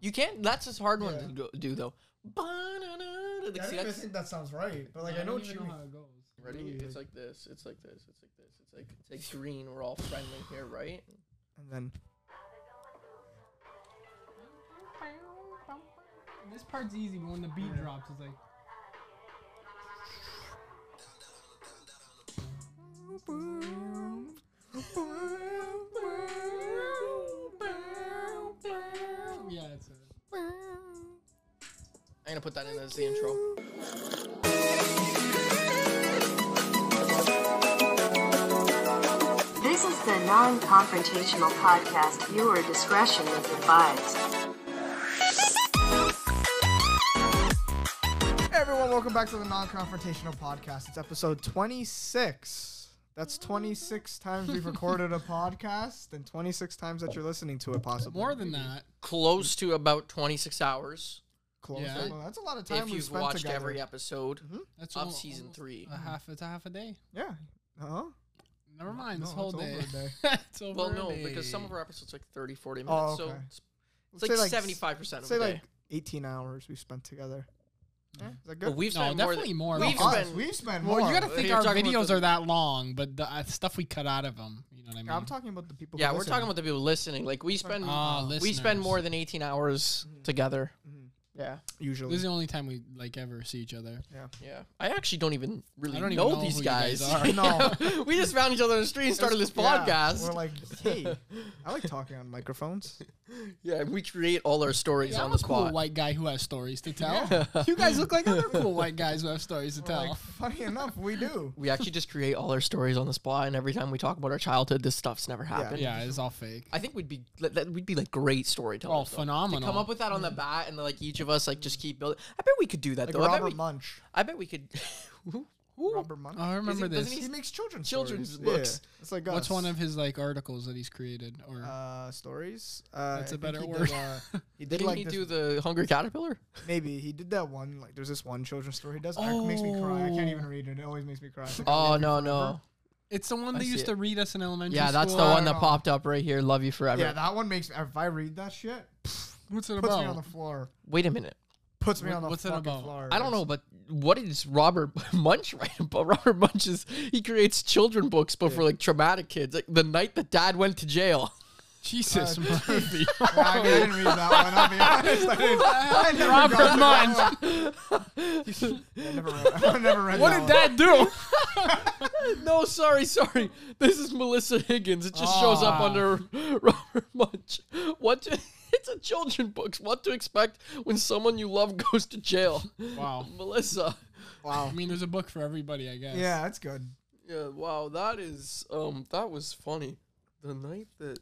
You can't. That's a hard one Yeah. to go, do though. Ba-na-na-na, Like, I see, don't even that's, think that sounds right, but like I, don't know what even you mean. how it goes. ready? Really, It's like this. It's like this. It's like this. It's like it's like green. We're all friendly here, right? And then this part's easy, but when the beat Yeah. drops, it's like yeah, it's a, I'm gonna put that in as the intro. This is the non confrontational podcast. Viewer discretion is advised. Hey, everyone, welcome back to the non-confrontational podcast. It's episode 26. That's 26 times we've recorded a podcast and 26 times that you're listening to it possibly. more than that. Close to about 26 hours. Close. Yeah. Well, that's a lot of time if we've you've spent watched together. Mm-hmm. every episode That's of al- season almost three. A half. It's a half a day. yeah. Uh-huh. Never mind. this no, whole it's day. over a day. it's over Well, a no, day. because some of our episodes like 30, 40 minutes. Oh, So okay. it's, it's Let's say, like, like, 75% of Say the like day. 18 hours we've spent together. Yeah, is that But good? we've No, spent more. definitely Than, more. We've No, Us, spent. we've spent more. Well, you got to If think you're our talking about videos the- are that long, but the uh, stuff we cut out of them, you know what I mean? I'm talking about the people. yeah, who we're listen. talking about the people listening. Like we spend. Ah, we spend listeners. more than 18 hours Mm-hmm. together. Yeah. usually. This is the only time we like ever see each other. Yeah, I actually don't even really I don't even know, know these who you guys guys. are. No. we just found each other on the street and started this Yeah, podcast. Yeah, we're like, hey, I like talking on microphones. we create all our stories Yeah, on I'm the a cool spot. white guy who has stories to tell. You guys look like other cool white guys who have stories to We're tell. like, funny enough, we do. we actually just create all our stories on the spot, and every time we talk about our childhood, this stuff's never happened. yeah, it's all fake. I think we'd be that that- we'd be like great storytellers. Oh, Mm. though. phenomenal. To come up with that on the bat, and like each of us like just keep building. I bet we could do that Like though. I bet, Robert we, Munch. I bet we could. Who? Who? Robert Munch. Oh, I remember Is it- doesn't this. he makes children's Uh, Children's stories. books. Yeah, it's like What's us. one of his like articles that he's created? Or uh, stories? Uh, That's a I think better he word. Did, uh, he did Didn't like he this, do the Hungry Caterpillar? maybe he did that one. Like there's this one children's story he does. Oh. makes me cry. I can't even Oh. read it. It always makes me cry. It's like, Oh no no! it's the one I they see used it. to read us in elementary Yeah, that's the school. one that know. popped up right here. Love you forever. yeah, that one makes. If I read that shit, What's it puts me on the about? floor. Wait a minute. Puts me What- on the what's it fucking about? floor. I don't know, but what is Robert Munch right about? Robert Munch is he creates children books, but for like traumatic kids. Like the night that Dad went to jail. Jesus, Murphy. Yeah, I, mean, I didn't read that one. I'll be honest. I, didn't, I never got Robert to that one. I never read. I never read what that did one. that do? no, sorry, sorry. This is Melissa Higgins. It just shows up Aw. under Robert Munch. What? To, it's a children books. What to expect when someone you love goes to jail? wow. Melissa. I Wow. mean, there's a book for everybody, I guess. Yeah, that's good. Yeah. Wow. That is. Um. That was funny. The night that.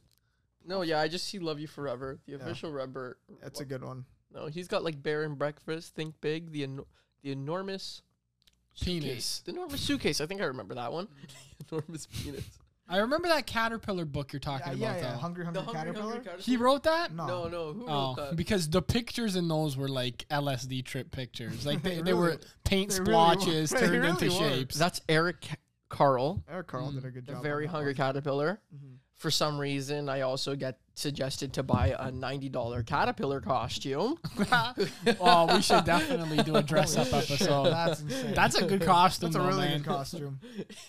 No. Yeah. I just see Love You Forever. The official Robert. That's a good one. No, he's got like bear and breakfast, think big, the eno- the enormous Penis. the enormous suitcase. I think I remember that one. enormous penis. I remember that caterpillar book you're Yeah, talking yeah, about, yeah. though. Hungry, hungry caterpillar. He wrote that? no. No, no. Who Oh, wrote that? because the pictures in those were like LSD trip pictures. Like they, They they, really- were paint they really were. splotches They turned really into were. shapes. That's Eric Ca- Carl, Eric Carl did a good the job. very on that hungry one. Mm-hmm. caterpillar. For some reason, I also get suggested to buy a ninety dollar caterpillar costume. oh, we should definitely do a dress up Holy shit, episode. That's insane. That's a good costume. That's a though, really man. good costume.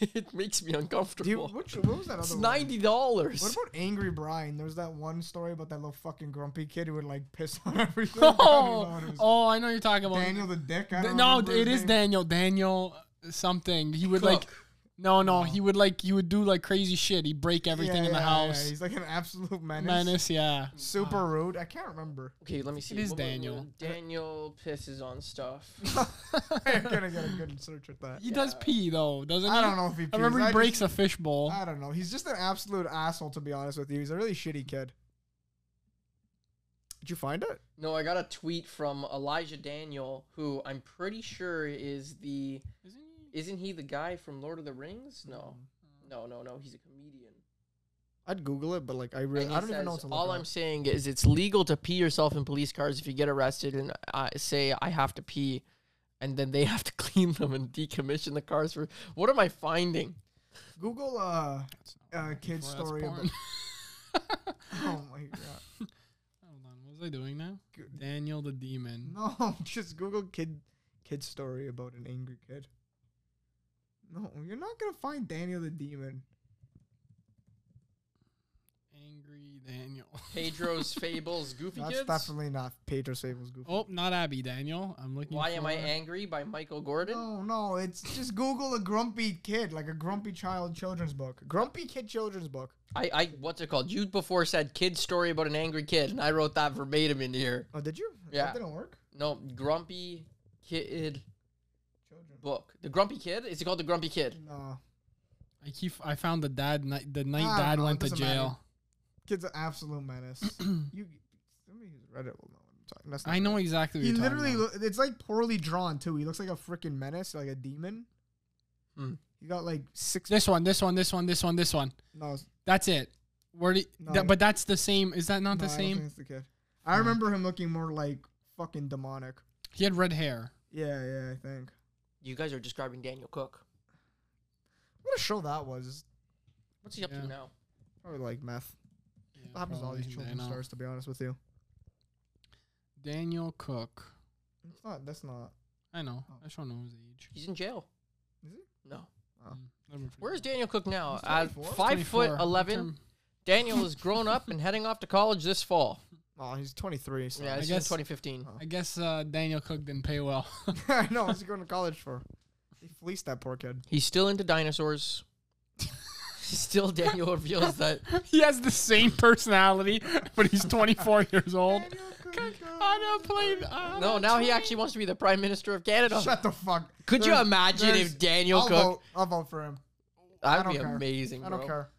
it makes me Do you, uncomfortable. which, what was that other it's one? ninety dollars. What about Angry Brian? There was that one story about that little fucking grumpy kid who would like piss on everything. I don't know Oh, what it was. oh, I know you're talking about. Daniel the Dick. I Th- don't no, remember it his is name. Daniel. Daniel something. He would like. Cook. No, no, he would like. He would do like crazy shit. He'd Oh. break Yeah, everything in the yeah, yeah, house. He's like an absolute menace. Menace, yeah. Super rude. I can't remember. Okay, let me see. is What was- Daniel. Daniel pisses on stuff. I'm gonna get a good search with that. He does pee though, doesn't he? I don't know if he. Pees. I remember he I breaks Just, a fishbowl. I don't know. He's just an absolute asshole. To be honest with you, he's a really shitty kid. Did you find it? No, I got a tweet from Elijah Daniel, who I'm pretty sure is the Isn't he- isn't he the guy from Lord of the Rings? No, Mm-hmm. no, no, no. He's a comedian. I'd Google it, but like I really, And I he don't even know says, what to look All up. I'm saying is it's legal to pee yourself in police cars if you get arrested and uh, say I have to pee, and then they have to clean them and decommission the cars for. What am I finding? Google uh, uh kid Well, that's story. porn. About, oh my god. Hold on, was was I doing now? Good. Daniel the Demon. No, just Google kid kid story about an angry kid. No, you're not gonna find Daniel the demon. Angry Daniel. Pedro's Fables Goofy That's Kids. definitely not Pedro Sable's goofy. Oh, not Abby Daniel. I'm looking. Why am I for- angry by Michael Gordon? No, no, it's just Google a grumpy kid, like a grumpy child children's book. Grumpy kid children's book. I, I what's it called? You before said kid story about an angry kid, and I wrote that verbatim in here. Oh, did you? Yeah. That didn't work. No, grumpy kid Children. book. The grumpy kid is it called the grumpy kid? No. I keep. I found the dad. Night, the night Ah, dad no, went it to doesn't matter. jail. Kid's an absolute menace. you somebody who's read it will know what I'm talking That's not I know right. exactly. What He you're talking literally about. loo- it's like poorly drawn too. He looks like a freaking menace, like a demon. Hmm. He got like six This one, this one, this one, this one, this one. no, it's- That's it. Where do No, that- I- but that's the same. Is that not no, the I don't think same? it's the kid. I remember him looking more like fucking demonic. He had red hair. Yeah, yeah, I think. You guys are describing Daniel Cook. What a show that was. What's he up Yeah. to now? Probably like meth. That happens to all these children stars, to be honest with you. Daniel Cook. It's not. That's not. I know. Oh. I just don't know his age. He's in jail. Is he? No. Oh. Mm, that'd be pretty Where's cool. Daniel Cook now? He's At 24? five 24. foot eleven, Term- Daniel is grown up and heading off to college this fall. Oh, he's 23. So. Yeah, I this is guess- 2015. Oh. I guess uh, Daniel Cook didn't pay well. I know. What's he going to college for? He fleeced that poor kid. He's still into dinosaurs. still, Daniel reveals that he has the same personality, but he's 24 years old. I don't play. I No, don't now he play- actually wants to be the Prime Minister of Canada. Shut the fuck. Could you There's- imagine there's- if Daniel I'll Cook? Vote, I'll vote for him. That I would don't be care. amazing, I bro. don't care.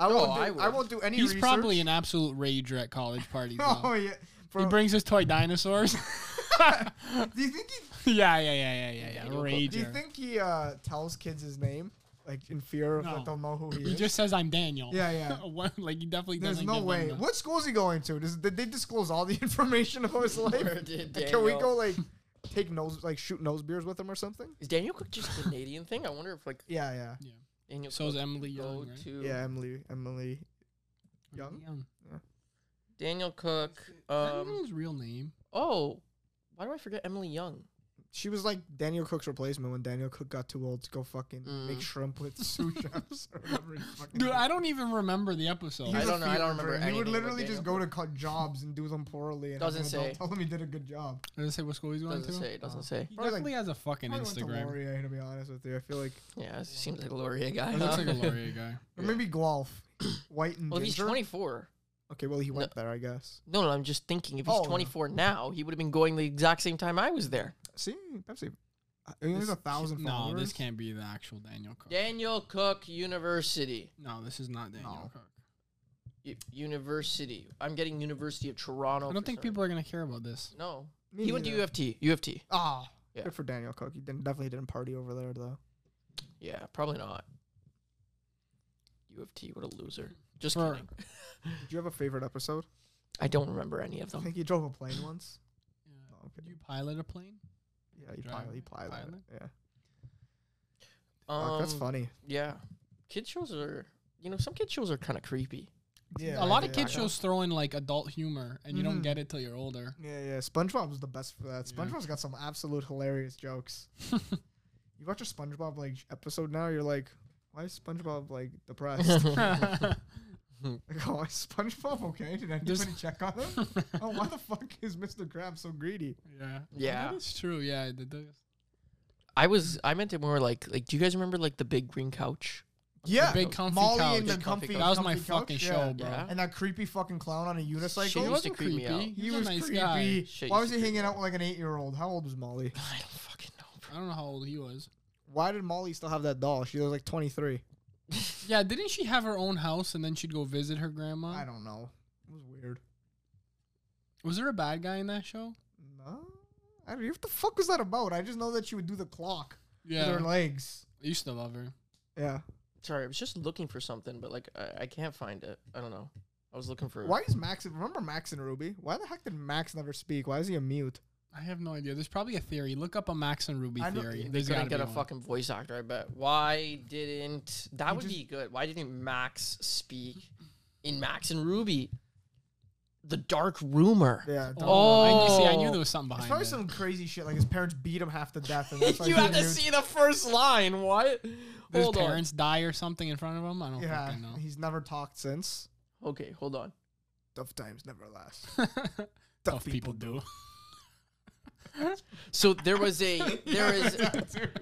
I No, won't. Do, I I, would. won't do any. He's research. probably an absolute rager at college parties. Oh though. yeah. He Bro, brings his toy dinosaurs. do you think he yeah, yeah, yeah, yeah, yeah, yeah. Daniel Cook. Rager. Do you think he uh, tells kids his name, like in fear of No. that they'll know who he, He is? just says I'm Daniel. Yeah, yeah. What- like he definitely There's doesn't. no give way. them the- What school is he going to? Does, did they disclose all the information about his life? Where did Like, can we Daniel- go like take nose, like shoot nose beers with him or something? Is Daniel Cook just a Canadian thing? I wonder if like Yeah, yeah, Daniel So is Cook Emily could go Young, right? to yeah. Emily, Emily, Young. Daniel Cook. um, I don't know Um, his real name. oh, why do I forget Emily Young? She was like Daniel Cook's replacement when Daniel Cook got too old to go fucking Mm. make shrimp with sushi chefs or whatever. his fucking Dude, name I don't even remember the He episode. I was a don't know, I fever don't remember dream. He would anything about literally just Daniel go to cut jobs and do them poorly. And Doesn't have an adult say. Tell him he did a good job. Does it say what school he's going Doesn't to? say. Doesn't say. He Probably definitely has a fucking Probably went to Instagram. Laurier, to be honest with you. I feel like Yeah, it seems like a Laurier guy. He huh? looks like a Laurier guy. Or maybe Guelph. White and well, if he's ginger. 24. Okay, well he went there, I guess. No, no, I'm just thinking if he's Oh, no. 24 now, he would have been going the exact same time I was there. Oh. See, Pepsi. Uh, He only has a thousand No, followers. this can't be the actual Daniel Cook. Daniel Cook University. No, this is not Daniel No. Cook. U- university. I'm getting University of Toronto. I don't think people are gonna care about this. No. Me he went to neither. UFT. UFT. Ah, Yeah. good for Daniel Cook. He didn't, definitely didn't party over there though. Yeah, probably not. UFT, what a loser. Just For- kidding. Did you have a favorite episode? I don't remember any of I them. think he drove a plane once. Yeah. No, Did okay. you pilot a plane? Yeah, he drive? pilot. He pilot. Pilot? Yeah, Um, Fuck, that's funny. Yeah. Kid shows are, you know, some kid shows are kind of creepy. Yeah, a lot yeah, of kid yeah. shows throw in like adult humor, and you don't Mhm. get it till you're older. Yeah, yeah. SpongeBob was the best for that. Yeah. SpongeBob's got some absolute hilarious jokes. you watch a SpongeBob like episode now, you're like, why is SpongeBob like depressed? Like, oh, is SpongeBob okay? Did anybody There's- check on him? oh, why the fuck is Mr. Krabs so greedy? Yeah. Yeah. That is true. Yeah. it does. I was, I meant it more like, like, do you guys remember like the big green couch? Yeah, big comfy Molly couch. and the Big comfy comfy. couch. That was my comfy couch, fucking yeah. show, bro. Yeah. And that creepy fucking clown on a She He used unicycle. was- wasn't to creep me creepy. out. He, He was, was a nice creepy. guy. Shit Why used was to he creep me hanging out with like an eight-year-old? How old was Molly? I don't fucking know. I don't know how old he was. Why did Molly still have that doll? She was like 23. Yeah, didn't she have her own house and then she'd go visit her grandma? I don't know. It was weird. Was there a bad guy in that show? No, I don't. What the fuck was that about? I just know that she would do the clock Yeah, with her legs. I used to love her. Yeah. Sorry, I was just looking for something, but like, I, I can't find it. I don't know. I was looking for. Why is Max? Remember Max and Ruby? Why the heck did Max never speak? Why is he a mute? I have no idea. There's probably a theory. Look up a Max and Ruby I know- theory. they They There's couldn't gotta get be a one. fucking voice actor, I bet. Why didn't that He would just- be good? Why didn't Max speak in Max and Ruby? the dark rumor. Yeah. don't- I knew, see, I Oh. knew there was something It's behind probably it. some crazy shit. Like his parents beat him half to death. And that's why you he have to knew- see the first line. What? Did his hold on. parents die or something in front of him? I don't Yeah. fucking know. He's never talked since. Okay, hold on. Tough times never last. Tough, Tough people, do. So there was a there is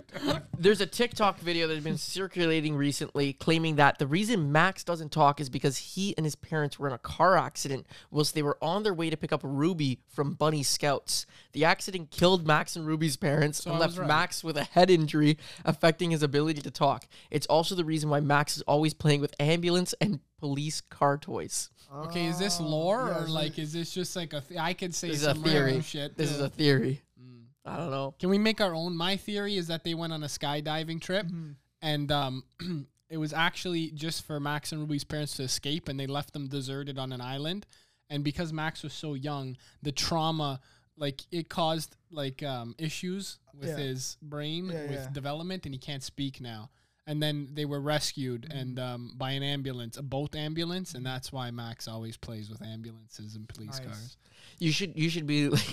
there's a TikTok video that's been circulating recently claiming that the reason Max doesn't talk is because he and his parents were in a car accident whilst they were on their way to pick up Ruby from Bunny Scouts. The accident killed Max and Ruby's parents So and I left was right. Max with a head injury affecting his ability to talk. It's also the reason why Max is always playing with ambulance and police car toys. Okay, is this Oh, lore yeah, or so- like is this just like a? Th- I could say This is a some random theory. shit. Mm. This to- is a theory. I don't know. Can we make our own? My theory is that they went on a skydiving trip, Mm-hmm. and um, it was actually just for Max and Ruby's parents to escape, and they left them deserted on an island. And because Max was so young, the trauma, like it caused like um, issues with Yeah. his brain, Yeah, with yeah. development, and he can't speak now. And then they were rescued Mm-hmm. and um, by an ambulance, a boat ambulance, and that's why Max always plays with ambulances and Nice. police cars. You should you should be like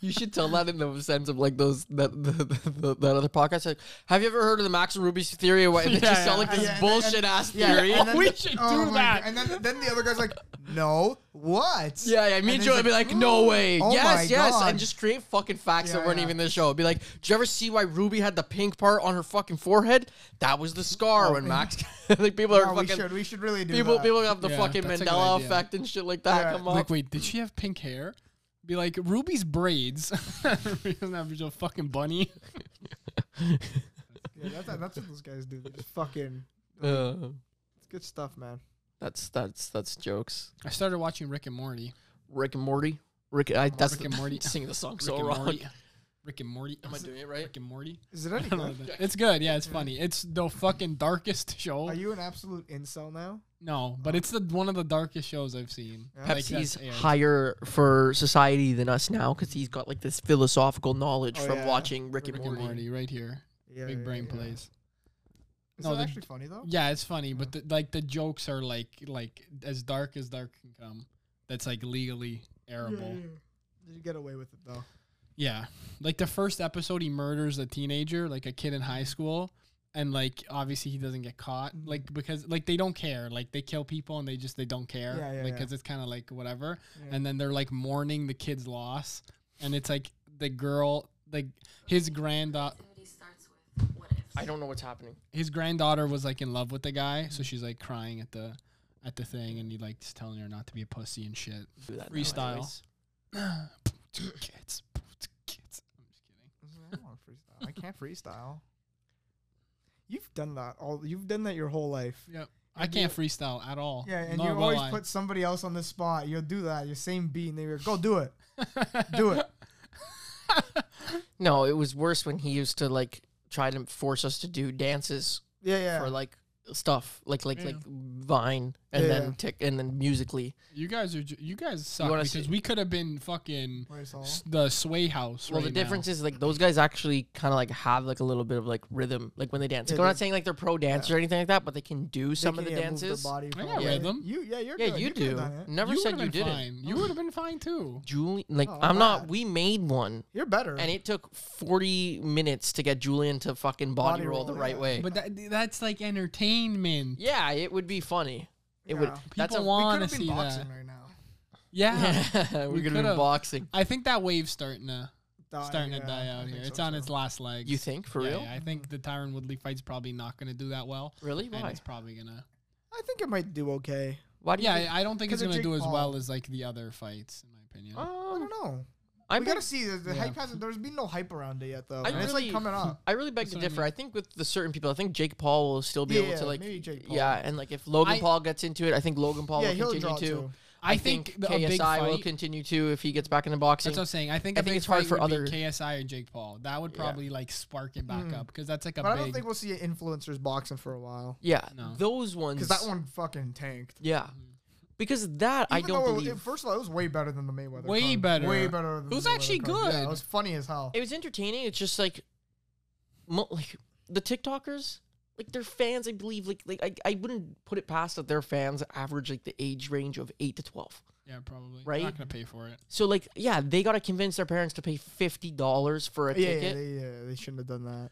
you should tell that in the sense of like those that the, the, the, that other podcast. Like, Have you ever heard of the Max and Ruby's theory? Why they Yeah, just sound yeah. like this Yeah, and- bullshit and- ass Yeah, theory? and then We the- should oh do my that. God. And then, then the other guy's like, no, what? yeah, yeah. Me and he's Joe would be like, no way. oh my yes, yes. God. And just create fucking facts that Yeah, weren't yeah. even in the show. It'd be like, did you ever see why Ruby had the pink part on her fucking forehead? That was the scar when Max. like people are No, Oh, we fucking should. We should really do people that. people have the Yeah, fucking that's a good Mandela idea. effect and shit like that Yeah. come up. Like, wait, did she have pink hair? Be like, Ruby's braids. Ruby doesn't have a fucking bunny. Yeah, that's, that's what those guys do. They just fucking. Uh, It's good stuff, man. that's that's that's jokes. I started watching Rick and Morty. Rick and Morty. Rick, I, Oh, that's Rick the, and Morty. Singing the song Rick so and wrong. Morty. Rick and Morty. Am I doing it right? Rick and Morty. Is it any I don't know good? that- it's good. Yeah, it's funny. It's the fucking darkest show. Are you an absolute incel now? no, but it's the one of the darkest shows I've seen. Yeah. Like, Pepsi's that's aired. higher for society than us now because he's got like this philosophical knowledge Oh, from yeah. watching Rick, Rick and Morty. right here. Yeah. Big yeah, brain yeah. plays. Is No, it the- actually funny though? Yeah, it's funny, but the, like the jokes are like like as dark as dark can come. That's like legally airable. Did you get away with it though? Yeah. Like the first episode, he murders a teenager, like a kid in high school. And like, obviously, he doesn't get caught. Mm-hmm. Like, because, like, they don't care. Like, they kill people and they just, they don't care. Yeah, yeah, like, yeah. because it's kind of like whatever. Yeah. And then they're like mourning the kid's loss. And it's like the girl, like, his granddaughter. I don't know what's happening. His granddaughter was like in love with the guy, Mm-hmm. so she's like crying at the at the thing, and he like is telling her not to be a pussy and shit. Do that now, Freestyle. anyways. kids, kids. I'm just kidding. I don't want to freestyle. I can't freestyle. You've done that all. You've done that your whole life. Yep. I can't freestyle at all. Yeah, and Nor you will always I. put somebody else on the spot. You'll do that. Your same beat, and they go, "Go do it, do it." No, it was worse when he used to like try to force us to do dances Yeah, yeah. Mm. for like stuff like like Yeah. like Vine and Yeah. then tick and then musically. You guys are ju- you guys suck wanna because see- we could have been fucking Where's all? s- the Sway House. Well, right the difference now. is like those guys actually kind of like have like a little bit of like rhythm, like when they dance. Like, Yeah, I'm they- not saying like they're pro dancers or anything like that, but they can do some They of the can, yeah, move their dances. body got probably. rhythm. You, yeah, you're Yeah, good. you could have do. done it. Never you said would've you been didn't. fine. You would have been fine too. Julie, like Oh, I'm not. bad. We made one, You're better. and it took 40 minutes to get Julian to fucking body, Body roll, roll, the right yeah. way. But that, that's like entertainment. yeah, it would be funny. It would. Yeah. That's a People we want- could wanna have been see boxing that. right now. Yeah. we We could have been could've. boxing. I think that wave's starting to Die, starting Oh, yeah, to die I out think here. so It's on too. its last legs. You think for Yeah, real? yeah, I think the Tyron Woodley fight's probably not going to do that well. Really? And Why? it's probably gonna. I think it might do okay. Why do you? Yeah, think- I I don't think it's 'Cause of gonna Jake do as Paul. well as like the other fights, in my opinion. I um, don't know. I, we beg, gotta see. The, the Yeah. hype hasn't. There's been no hype around it yet, though. I and it's like really- coming up. I really beg That's to what I differ. I, mean. think with the certain people, I think Jake Paul will still be able Yeah, to like. maybe Jake Yeah, Paul. and like if Logan I- Paul gets into it, I think Logan Paul yeah, will he'll draw continue too. to. I think, the, a big KSI will fight- continue to if he gets back into boxing. That's what I'm saying. I think I I think think it's hard for other- KSI or Jake Paul. That would Yeah. probably like spark it back up because that's like a But I big. don't think we'll see influencers boxing for a while Yeah, No. those ones. because that one fucking tanked. Yeah, because that I Mm. Even don't though it- believe. It, first of all, it was way better than the Mayweather. Way card. better. Way better. Than It was the Mayweather actually card. Yeah, good. it was funny as hell. it was entertaining. It's just like, mo- like the TikTokers, like their fans. I believe, like, like I, I wouldn't put it past that their fans average like the age range of eight to twelve. Yeah, probably. Right? They're not gonna pay for it. So like, yeah, they gotta convince their parents to pay fifty dollars for a Yeah, yeah, ticket. they, yeah, they shouldn't have done that.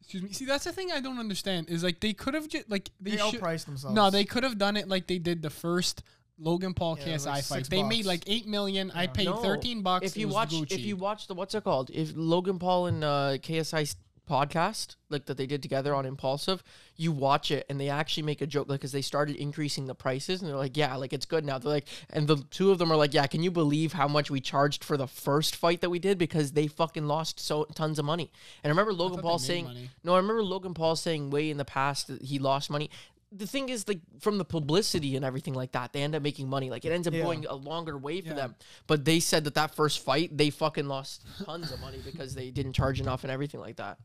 Excuse me. See, that's the thing I don't understand is like they could have just like They, they, should. outpriced themselves. No, they could have done it like they did the first Logan Paul Yeah, it was KSI like fight. six They made bucks. like eight million. I Yeah. paid No. thirteen bucks. If it you was watch, if Gucci. you watch the what's it called? If Logan Paul and uh, KSI's podcast, like that they did together on Impulsive, you watch it and they actually make a joke, like, because they started increasing the prices and they're like, yeah, like it's good now. They're like, and the two of them are like, yeah, can you believe how much we charged for the first fight that we did because they fucking lost so tons of money. And I remember Logan thought Paul they made saying, money. no, I remember Logan Paul saying way in the past that he lost money. The thing is, like from the publicity and everything like that, they end up making money. Like it ends up Yeah. going a longer way for Yeah. them. But they said that that first fight, they fucking lost tons of money because they didn't charge enough and everything like that.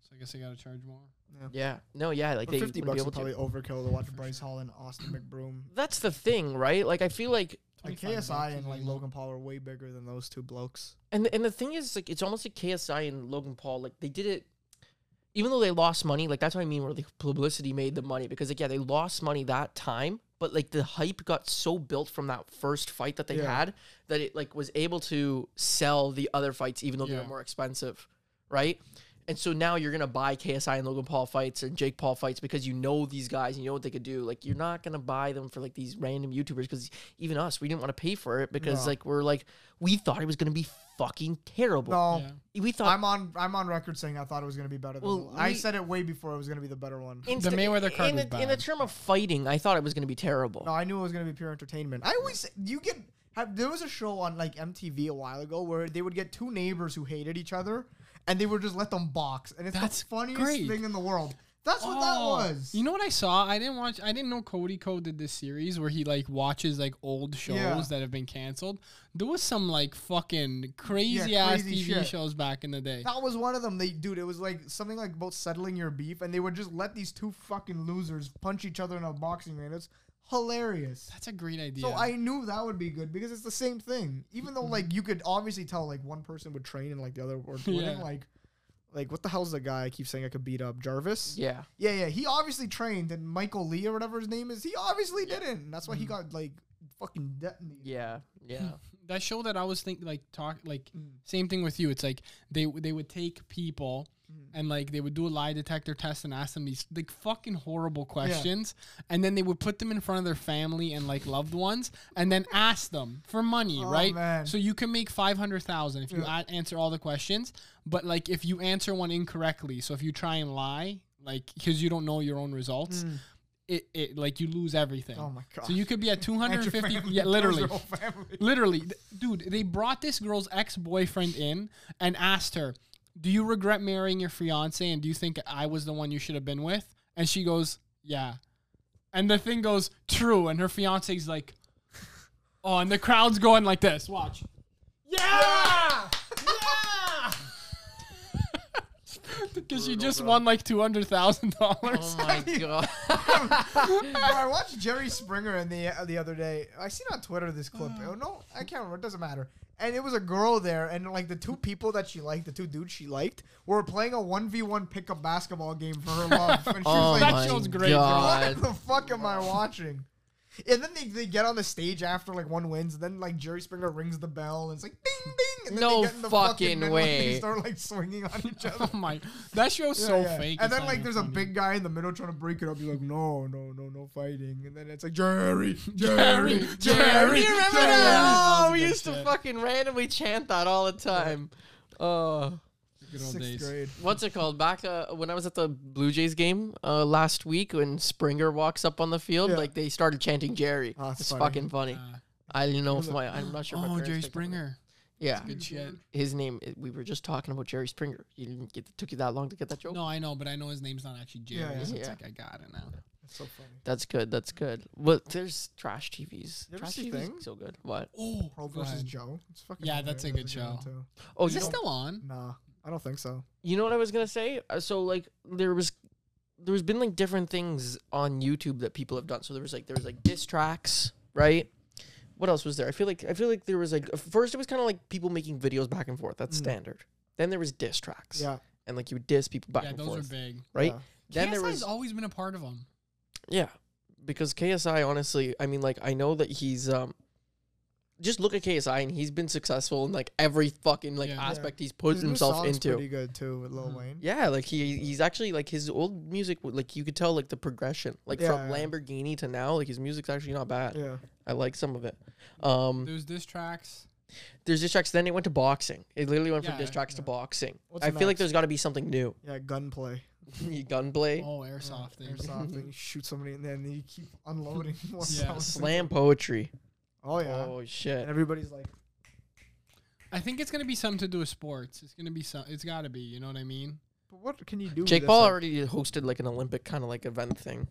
so I guess I gotta charge more. Yeah. No. Yeah. Like But they fifty wouldn't be bucks able would to. probably overkill to watch Bryce Hall and Austin McBroom. That's the thing, right? Like I feel like, Like 25 bucks KSI is and like a lot. Logan Paul are way bigger than those two blokes. and and the thing is, like it's almost like KSI and Logan Paul. Like they did it. Even though they lost money, like that's what I mean, where the publicity made the money because, like, yeah, they lost money that time, but like the hype got so built from that first fight that they Yeah. had that it like was able to sell the other fights, even though they Yeah. were more expensive, right? And so now you're gonna buy KSI and Logan Paul fights and Jake Paul fights because you know these guys and you know what they could do. Like you're not gonna buy them for like these random YouTubers because even us we didn't want to pay for it because No. like we're like we thought it was gonna be fucking terrible. No, Yeah. We thought I'm on. I'm on record saying I thought it was gonna be better. Than Well, the- I we- said it way before it was gonna be the better one. insta- Mayweather card in was the, in the bad. term of fighting, I thought it was gonna be terrible. No, I knew it was gonna be pure entertainment. I always say- you get have, there was a show on like MTV a while ago where they would get two neighbors who hated each other and they would just let them box, and it's That's the funniest great. thing in the world. That's what that Oh, was. You know what I saw? I didn't watch. I didn't know Cody Co did this series where he like watches like old shows Yeah. that have been canceled. There was some like fucking crazy ass crazy TV shit. shows back in the day. that was one of them. They dude, it was like something like about settling your beef, and they would just let these two fucking losers punch each other in a boxing ring. It's hilarious. That's a great idea. So I knew that would be good because it's the same thing. Even though like you could obviously tell like one person would train and like the other would Yeah. wouldn't. Like, like what the hell's the guy I keep saying I could beat up Jarvis? yeah, yeah, yeah. He obviously trained, and Michael Lee or whatever his name is, he obviously didn't. And that's why he Mm. got like fucking detonated. yeah, yeah. that show that I was think like talk like Mm. same thing with you. It's like they w- they would take people Mm. and like they would do a lie detector test and ask them these like fucking horrible questions, and then they would put them in front of their family and like loved ones, and then ask them for money, Oh, right? man. So you can make five hundred thousand if you a- answer all the questions, but like if you answer one incorrectly, so if you try and lie, like because you don't know your own results. It, it like you lose everything. Mm. Oh my god. So you could be at two And hundred and your fifty. family Yeah, kills literally. your whole family. Literally, th- dude, they brought this girl's ex boyfriend in and asked her, Do you regret marrying your fiance? And do you think I was the one you should have been with? And she goes, Yeah. And the thing goes, True. And her fiance's like, Oh, and the crowd's going like this. Watch. Yeah! Yeah! Because she just won like Oh $200,000. my god. Bro, I watched Jerry Springer in the uh, the other day. I seen on Twitter this clip. Mm. Oh, no, I can't remember. It doesn't matter. And it was a girl there, and like the two people that she liked, the two dudes she liked, were playing a one v one pickup basketball game for her love. And she Oh was like, my show's great, bro. god. "What the fuck am I watching?" And then they, they get on the stage after like one wins, and then like Jerry Springer rings the bell, and it's like ding ding. And then No they get in the fucking middle, and way. They start like swinging on each other. oh my. That show's so Yeah, yeah. fake. And it's then not like even there's a funny. big guy in the middle trying to break it up. You're like, no, no, no, no fighting. And then it's like Jerry, Jerry, Jerry. Jerry, You remember Jerry. that? That Oh, was we a good used to shit. fucking randomly chant that all the time. Oh. Good old Sixth days. grade. what's it called? Back uh, when I was at the Blue Jays game uh, last week, when Springer walks up on the field, Yeah. like they started chanting Jerry. Oh, that's it's funny. fucking funny. Uh, I don't know if my I'm not sure. if my oh, parents Jerry picked up on it. Springer. Yeah, Good shit. his name. i- We were just talking about Jerry Springer. You didn't get took you that long to get that joke. No, I know, but I know his name's not actually Jerry. Yeah, yeah. so Yeah. It's like I got it now. That's so funny. That's good. That's good. Well, there's trash TVs. You ever trash see TVs Thing? so good. What? Oh, Pro versus Joe. It's fucking Yeah, that's a hilarious. good That's show. one, Oh, Is you it know, still on? too. Nah, I don't think so. you know what I was gonna say. Uh, so like there was. There's been like different things on YouTube that people have done. So there was like there was like diss tracks, right? What else was there? I feel like I feel like there was like uh, first it was kind of like people making videos back and forth. That's Mm. standard. Then there was diss tracks, Yeah. and like you would diss people back yeah, and those forth, Mm-hmm. are big. right? Yeah. Then KSI's there was always been a part of them. Yeah. because KSI, honestly, I mean, like I know that he's um, just look at KSI and he's been successful in like every fucking like Yeah. Yeah. aspect he's put His new himself song's into. pretty good too with Hmm. Lil Wayne. Yeah, like he he's actually like his old music, w- like you could tell like the progression, like from Yeah. Lamborghini to now, like his music's actually not bad. Yeah, I like some of it. Um, There's diss tracks. there's diss tracks. Then it went to boxing. It literally went from Yeah, diss tracks to boxing. What's I feel like next? there's got to be something new. yeah, gunplay. Gunplay, Oh, airsoft things. Airsoft, and you shoot somebody, and then you keep unloading. one Yeah. round. slam poetry. Oh yeah. Oh shit! And everybody's like, I think it's gonna be something to do with sports. It's gonna be some. It's gotta be. You know what I mean? but what can you do? with Jake this? Paul Like- already hosted like an Olympic kind of like event thing.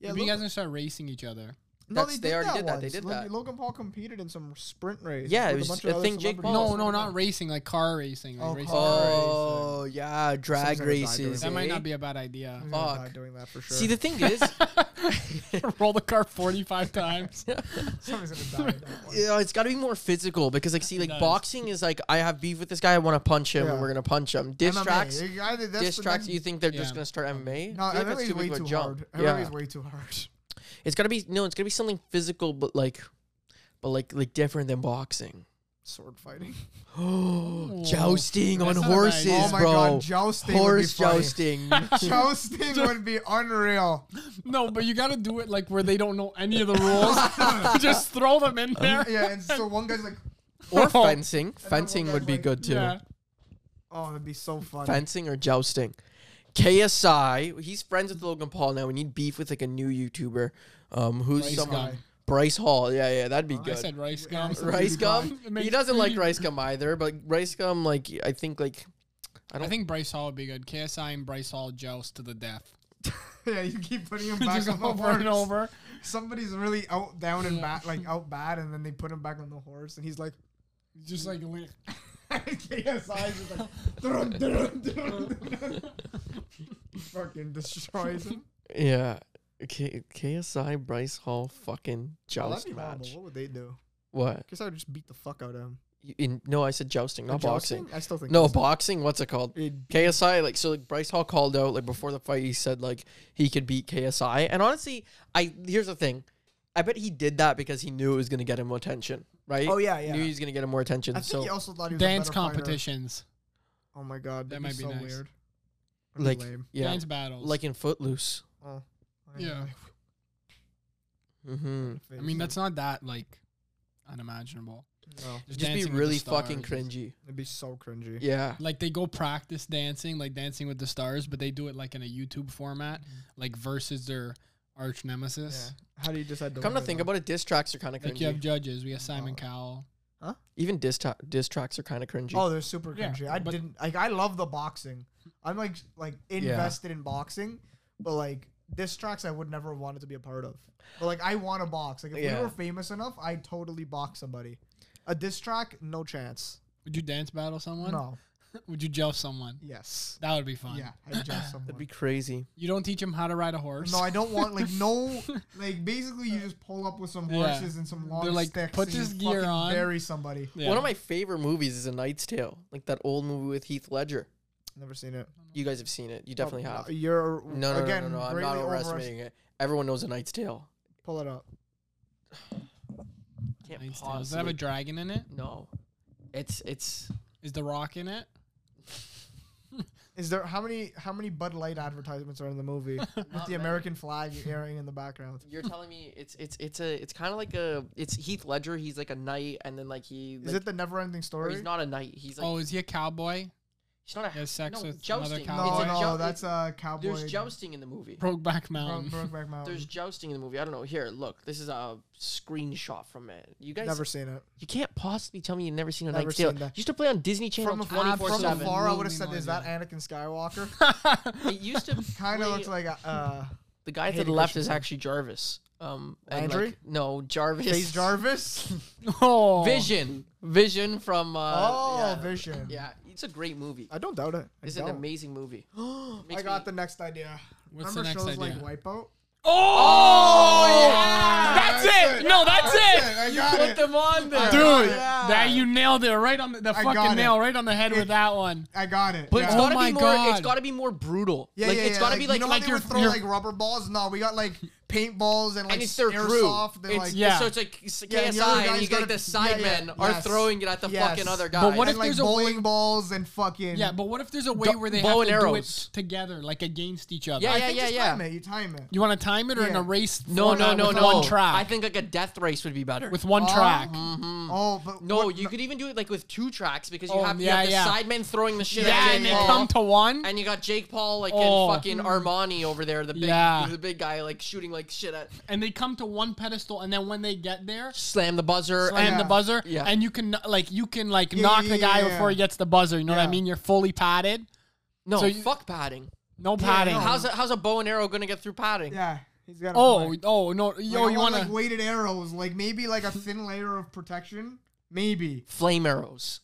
Yeah, you look- guys gonna start racing each other. no, that's- they already did that, they once. did Logan- that. Logan Paul competed in some sprint race. Yeah, it with was bunch a of other thing Jake celebrities. Paul- No, no, not racing. Like car racing. Like Oh, racing. car cars. Oh yeah, drag Something's gonna die races. That might eh? not be a bad idea. He's gonna die Fuck. doing that for sure. See, the thing is, Roll the car 45 times. Somebody's gonna die. at that point. yeah, it's got to be more physical because, like, see, like does. boxing is like I have beef with this guy, I want to punch him, and Yeah. we're gonna punch him. Diss MMA, tracks, you- either that's diss the tracks. next- You think they're just Yeah. gonna start MMA? No, I feel like MMA that's is way big of a too jump. hard. Yeah. MMA is way too hard. It's gotta be no, it's gonna be something physical, but like, but like like different than boxing. Sword fighting. jousting on That's not a bad horses, idea. Oh my bro. god, jousting Horse would be funny. jousting. Jousting would be unreal. No, but you gotta do it like where they don't know any of the rules. Just throw them in there. Yeah, and so one guy's like, or fencing. one Fencing would guy's be like, good too. Yeah. "Oh, that'd be so fun." Fencing or jousting. KSI, he's friends with Logan Paul now, and he'd beef with like a new YouTuber, um, who's Bryce someone Gum. Bryce Hall. Yeah, yeah, that'd be I good. said rice Yeah, I gum. said rice Pretty Gum. gum. It makes He doesn't like pretty- rice gum either, but rice gum, like I think, like I think Bryce Hall would be good. KSI and Bryce Hall joust to the death. yeah, you keep putting him back Just on the over and horse. over. Somebody's really out down and bad, like out bad, and then they put him back on the horse, and he's like, Just like li- KSI's just like, "Drum, drum, drum, drum." He fucking destroys him. yeah. K- KSI Bryce Hall fucking Oh, joust that'd be horrible. match. What would they do? What? I guess I would just beat the fuck out of him. You- In, no, I said jousting, not boxing. I still think No, he's- boxing. What's it called? It'd- KSI. Like so, like Bryce Hall called out like before the fight. He said like he could beat KSI. And honestly, I here's the thing. I bet he did that because he knew it was gonna get him more attention, right? Oh, yeah, yeah. Knew he was gonna get him more attention. I think so he also thought he was a dance better fighter. competitions, Oh my god, That that'd be might be so nice. weird. That'd be like lame. yeah, dance battles. like in Footloose. Oh, I Yeah. know. Mm-hmm. I mean, that's not that like unimaginable. no. Just be Dancing with the really fucking Stars. cringy. It'd be so cringy. Yeah. Like they go practice dancing, like Dancing with the Stars, but they do it like in a YouTube format, Mm-hmm. like versus their arch nemesis. How do you decide? The Come to think about it, diss tracks are kind of Like you have cringy. judges. We have Simon Oh. Cowell. Even diss, ta- diss tracks are kind of cringy. Oh, they're super Yeah, cringy. I but- didn't like. I love the boxing. I'm like like invested in boxing, but like diss tracks I would never have wanted to be a part of. But like I want to box. Like if Yeah. we were famous enough, I'd totally box somebody. A diss track, no chance. Would you dance battle someone? No. Would you joust someone? Yes. That would be fun. Yeah. I'd judge someone. That'd be crazy. You don't teach him how to ride a horse. No, I don't want like no like basically you just pull up with some Yeah. horses and some long They're like, sticks. "Put and you this gear fucking on." Bury somebody. Yeah. One of my favorite movies is A Knight's Tale, like that old movie with Heath Ledger. Never seen it. You guys have seen it. You definitely Oh, have. You're No, no, again, no, no, no. I'm greatly not overest- overestimating it. Everyone knows A Knight's Tale. Pull it up. Can't Nice thing. Does it possibly. have a dragon in it? no, it's it's. Is the rock in it? Is there how many how many Bud Light advertisements are in the movie with the American flag airing in the background? You're telling me it's it's it's a it's kind of like a it's Heath Ledger. He's like a knight, and then like he Is it the Neverending Story? he's not a knight. He's like oh, is he a cowboy? he's not a he has sex no, with another jousting. no, cowboy? It's a no, jou- that's it- a cowboy. there's jousting in the movie. Brokeback Bro- Mountain. Brokeback Mountain. There's jousting in the movie. I don't know. Here, look. This is a screenshot from it. You guys, Never seen it. you can't possibly tell me you've never seen a Never Knight's Tale. seen You that. used to play on Disney From, Channel afar, twenty four from seven. afar, I would have Absolutely said, no "Is that Anakin Skywalker?" It used to kind of play- looks like a uh, the guy to Hayden the left is Christensen. actually Jarvis. Um, and, Landry? like, no, Jarvis. Face Jarvis. oh, Vision. Vision from. Uh, oh, yeah, Vision. Yeah, it's a great movie. I don't doubt it. I It's don't. an amazing movie. I got the next idea. What's the Remember next shows idea? like Wipeout? Oh! Oh, That's, it. No, that's, it. I got Put it. Oh, them on there, Dude, Yeah. that you nailed it right on the, the I fucking got it. nail right on the head It- with that one. I got it. But it's Yeah. Oh gotta my be more. It's God. gotta be more brutal. Yeah, like yeah, it's yeah. gotta be you like know how like they your would throw your- like rubber balls. No, we got like paintballs and like and it's their crew. airsoft. They're it's, like, Yeah. So it's like it's Yeah, and the other KSI, and, guy's you get gotta- like the yeah, sidemen yeah, are yes. throwing it at the Yes. fucking other guy. But what and if like there's a way- bowling balls and fucking Yeah, but what if there's a way where they bow have to and do arrows. it together, like against each other? Yeah, I yeah, think yeah, just yeah. Time it. You time it. You want to time it or an Yeah. erase? no, no, format no, with no. One track. I think like a death race would be better. with one Oh. track. Oh, but no, what- you could even do it like with two tracks because you Oh, have, you yeah, have the yeah. sidemen throwing the shit Yeah, at and Jake they Paul, come to one. and you got Jake Paul like Oh. and fucking Armani over there, the big Yeah. the big guy like shooting like shit at and they come to one pedestal, and then when they get there, slam the buzzer slam and the Yeah. buzzer, Yeah. and you can like you can like Yeah, knock yeah, the guy yeah, yeah. before he gets the buzzer. You know what I Yeah. mean? You're fully padded, no So you- fuck padding. no Yeah, padding. no. How's a, how's a bow and arrow gonna get through padding? Yeah, he's got. a Oh, point. oh no! Like, Yo, I you want, wanna? like weighted arrows? Like maybe like a thin layer of protection. Maybe, Flame arrows.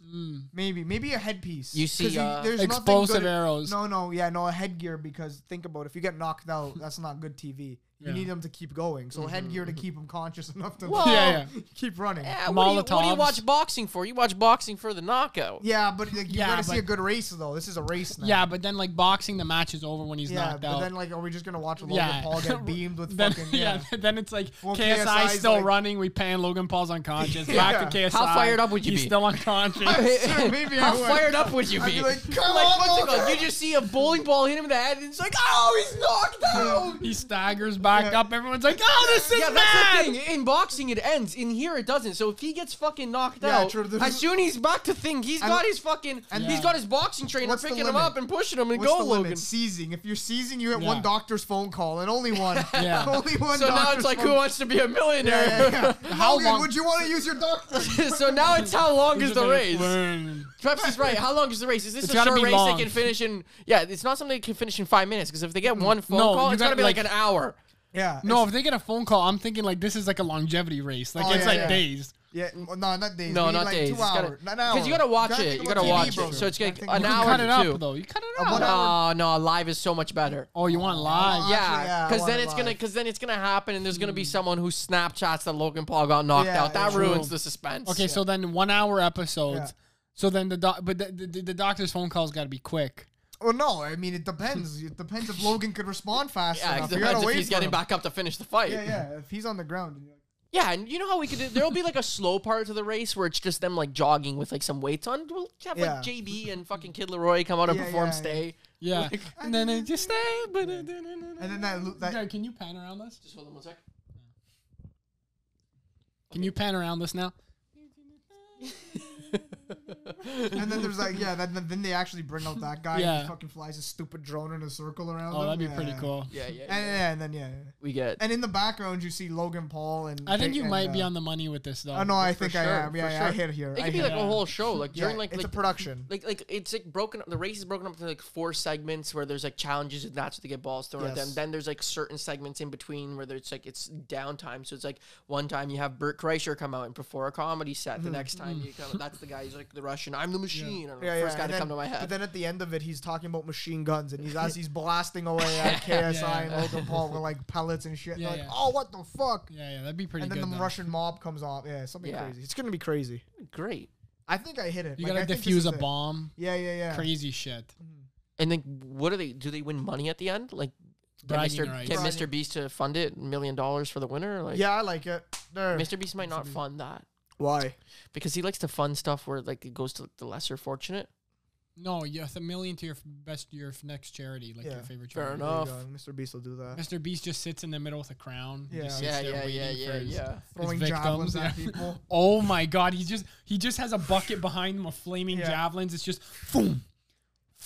maybe, maybe a headpiece. You see, 'Cause uh, there's nothing Explosive good- arrows. No, no, yeah, no a headgear because think about it, if you get knocked out, that's not good TV. You Yeah. need them to keep going, Mm-hmm, so headgear to keep them conscious enough to Well- yeah, yeah. keep running. Yeah, what do, you, what do you Molotovs. watch boxing for? You watch boxing for the knockout. Yeah, but like, you Yeah, gotta see but- a good race though. This is a race now. Yeah, but then like boxing, the match is over when he's yeah, knocked but out. then like, are we just gonna watch Logan yeah, Paul get beamed with then, fucking? yeah. Yeah. Then it's like Well, KSI's KSI 's still like- running. We pan Logan Paul's unconscious. Yeah. Back to KSI. How fired up would you he's be? Still unconscious. Sure, maybe I How would. fired up would you I'd be? be like, come Like, on, what's it Walter. called? You just see a bowling ball hit him in the head, and it's like, oh, he's knocked out. he staggers back Yeah. up. Everyone's like, "Oh, this is Yeah, mad!" that's the thing. In boxing, it ends. In here, it doesn't. So if he gets fucking knocked Yeah, out, true. This as is- soon he's back to thing, he's And- got his fucking, and- he's got his boxing trainer What's the picking him limit? up and pushing him and What's go, the Logan. limit? Seizing. If you're seizing, you hit Yeah. one doctor's phone call and only one. Yeah. only one. So now doctor's it's like, phone who wants to be a millionaire? Yeah, yeah, yeah. How Logan, long- would you want to use your doctor? so now it's how long is He's the just race? like, "Learn." Preps is right. How long is the race? Is this It's a gotta short be race long. they can finish in? Yeah, it's not something they can finish in five minutes because if they Mm. get one phone No, call, you it's got to gotta, be like, like- an hour. Yeah. No, if they get a phone call, I'm thinking like this is like a longevity race. Like Oh, it's yeah, like yeah. days. Yeah, well, no, not days. No, We need, not like days. Two hours. Because you gotta watch it. You gotta watch it. So it's like an You hour can cut to it up two. though. You cut it Uh, up. one hour. No, no, live is so much better. Oh, you want live? Yeah, Yeah, I because want then it it's gonna, live. because then it's gonna happen, and there's gonna be someone who Snapchats that Logan Paul got knocked Hmm. Yeah, out. That yeah. ruins True. the suspense. Okay, so then one hour episodes. Yeah. So then the doc, but the, the, the doctor's phone call's got to be quick. Well, no, I mean it depends. It depends if Logan could respond fast yeah, enough. it You depends gotta if wait he's for getting him. back up to finish the fight. Yeah, yeah. If he's on the ground, you're like, Yeah, and you know how we could do there'll be like a slow part to the race where it's just them like jogging with like some weights on. We'll have Yeah. like JB and fucking Kid Leroy come out and Yeah, perform yeah, yeah. stay. Yeah, Like- and then it just stay. But and and then then that loop, that can you pan around this? Just hold on one sec. Can you pan around this now? and then there's like yeah, then, then they actually bring out that guy. And Yeah. he fucking flies a stupid drone in a circle around. Oh, him. that'd be Yeah, pretty yeah. cool. Yeah, yeah. And, yeah, and then yeah, yeah. we get and in the background you see Logan Paul and I think Jake- you and, might be uh, on the money with this though. Oh no, I For think I sure, am. Yeah, for yeah, I sure. hit here. it I could be hit like it. a whole show, like yeah, during like it's like, a production. like like it's like broken. The race is broken up into like four segments where there's like challenges and that's what they get balls thrown at them. Yes. Then there's like certain segments in between where there's like it's downtime. So it's like one time you have Burt Kreischer come out and perform a comedy set. The next time you come, that's the guy who's like the Russian. I'm the machine. Or the Hmm. Yeah, first yeah. guy to and then, come to my head. But then at the end of it, he's talking about machine guns and he's as he's blasting away at KSI and Yeah. Logan Paul with like pellets and shit. Yeah, They're like, yeah. oh, what the fuck? Yeah, yeah, that'd be pretty and then good. the though. Russian mob comes off. Yeah, something Yeah. crazy. It's gonna be crazy. Great. I think I hit it. you Like, I gotta think this defuse is a it. bomb. Yeah, yeah, yeah. Crazy shit. And then what do they do? They win money at the end, like get Mr. Bragging rights. Get Bragging. Mr. Beast to fund it, million dollars for the winner. Like, Yeah, I like it. There. Mr. Beast might not fund that Why? because he likes to fund stuff where like it goes to the lesser fortunate. No, you have a million to your f- best your f- next charity, like Yeah. your favorite Fair charity. enough. There you Off. go. Mr. Beast will do that. Mr. Beast just sits in the middle with a crown. He Yeah. just sits Yeah, there yeah, yeah, waiting yeah, for his- yeah. Throwing victims, javelins at yeah. people. Oh my god, he just he just has a bucket behind him of flaming Yeah. javelins. It's just boom,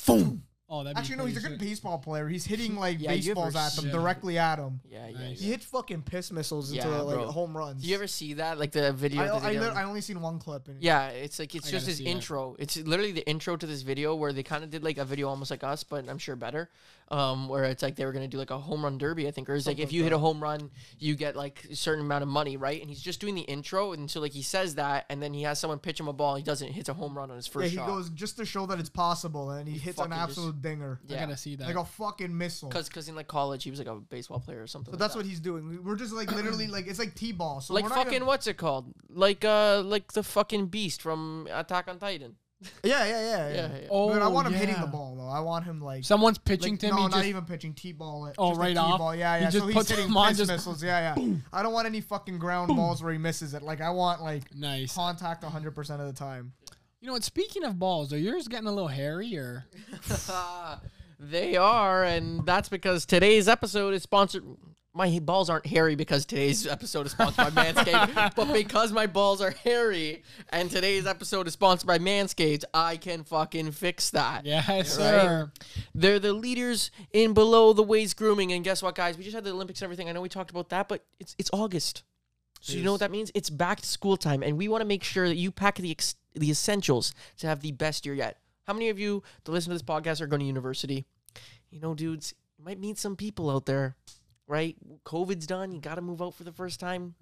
boom. Oh, that Actually, no, he's a good baseball player. He's hitting like Yeah, you ever baseballs at them see- directly at him. Yeah, yeah. Nice. yeah. He hits fucking piss missiles Yeah, into like bro. home runs. Do you ever see that? Like the video. I, that I, they did lit- on- I only seen one clip. And yeah, it's like it's I just gotta his see that. intro. It's literally the intro to this video where they kind of did like a video almost like us, but I'm sure better. Um, where it's like they were gonna do like a home run derby, I think, or it's like if you hit a home run, you get like a certain amount of money, right? And he's just doing the intro, and so like he says that, and then he has someone pitch him a ball, and he doesn't hits a home run on his Yeah, first he shot. goes just to show that it's possible, and he, hits an fucking just- absolute dinger, I yeah, gotta see that. like a fucking missile. because because in like college he was like a baseball player or something. So like that's that. what he's doing. We're just like literally like it's like t-ball. So like we're not fucking gonna, what's it called? Like uh like the fucking beast from Attack on Titan. Yeah, yeah, yeah, yeah. Yeah, yeah. Oh, but I want him hitting yeah. the ball though. I want him like Someone's pitching like, to No, him. he not just, even pitching. T-ball it. Oh, Just a right off? T-ball. Yeah, He yeah. just so he's puts hitting them on, pitch just missiles. Yeah, yeah. I don't want any fucking ground balls where he misses it. Like I want like Nice. contact 100 percent of the time. You know what? Speaking of balls, are yours getting a little hairy or? They are, and that's because today's episode is sponsored. My balls aren't hairy because today's episode is sponsored by Manscaped, but because my balls are hairy and today's episode is sponsored by Manscaped, I can fucking fix that. Yes, sir. They're the leaders in below the waist grooming, and guess what, guys? We just had the Olympics and everything. I know we talked about that, but it's it's August, so you know what that means? It's back to school time, and we want to make sure that you pack the ex- the essentials to have the best year yet. How many of you that listen to this podcast are going to university? You know, dudes, you might meet some people out there, right? COVID's done. You got to move out for the first time.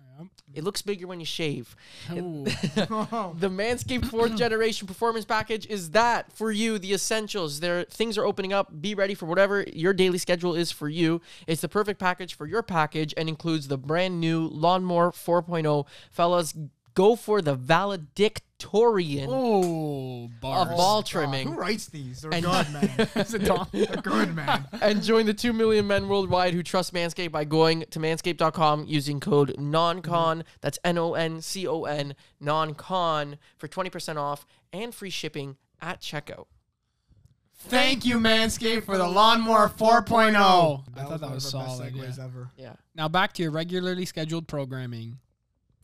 It looks bigger when you shave. Ooh. Oh, The Manscaped fourth generation performance package is that for you, the essentials. There things are opening up. Be ready for whatever your daily schedule is for you. It's the perfect package for your package and includes the brand new Lawnmower 4.0. Fellas, go for the valedictorian Oh, of bars. ball Who trimming. writes these? They're good, man. That's a dog. They're good, man. And join the 2 million men worldwide who trust Manscaped by going to manscaped.com using code NONCON. That's N O N C O N, NONCON, for 20% off and free shipping at checkout. Thank you, Manscaped, for the Lawnmower 4.0. oh. I thought that oh. one was of our solid. Best segues yeah. ever. Yeah. Now back to your regularly scheduled programming.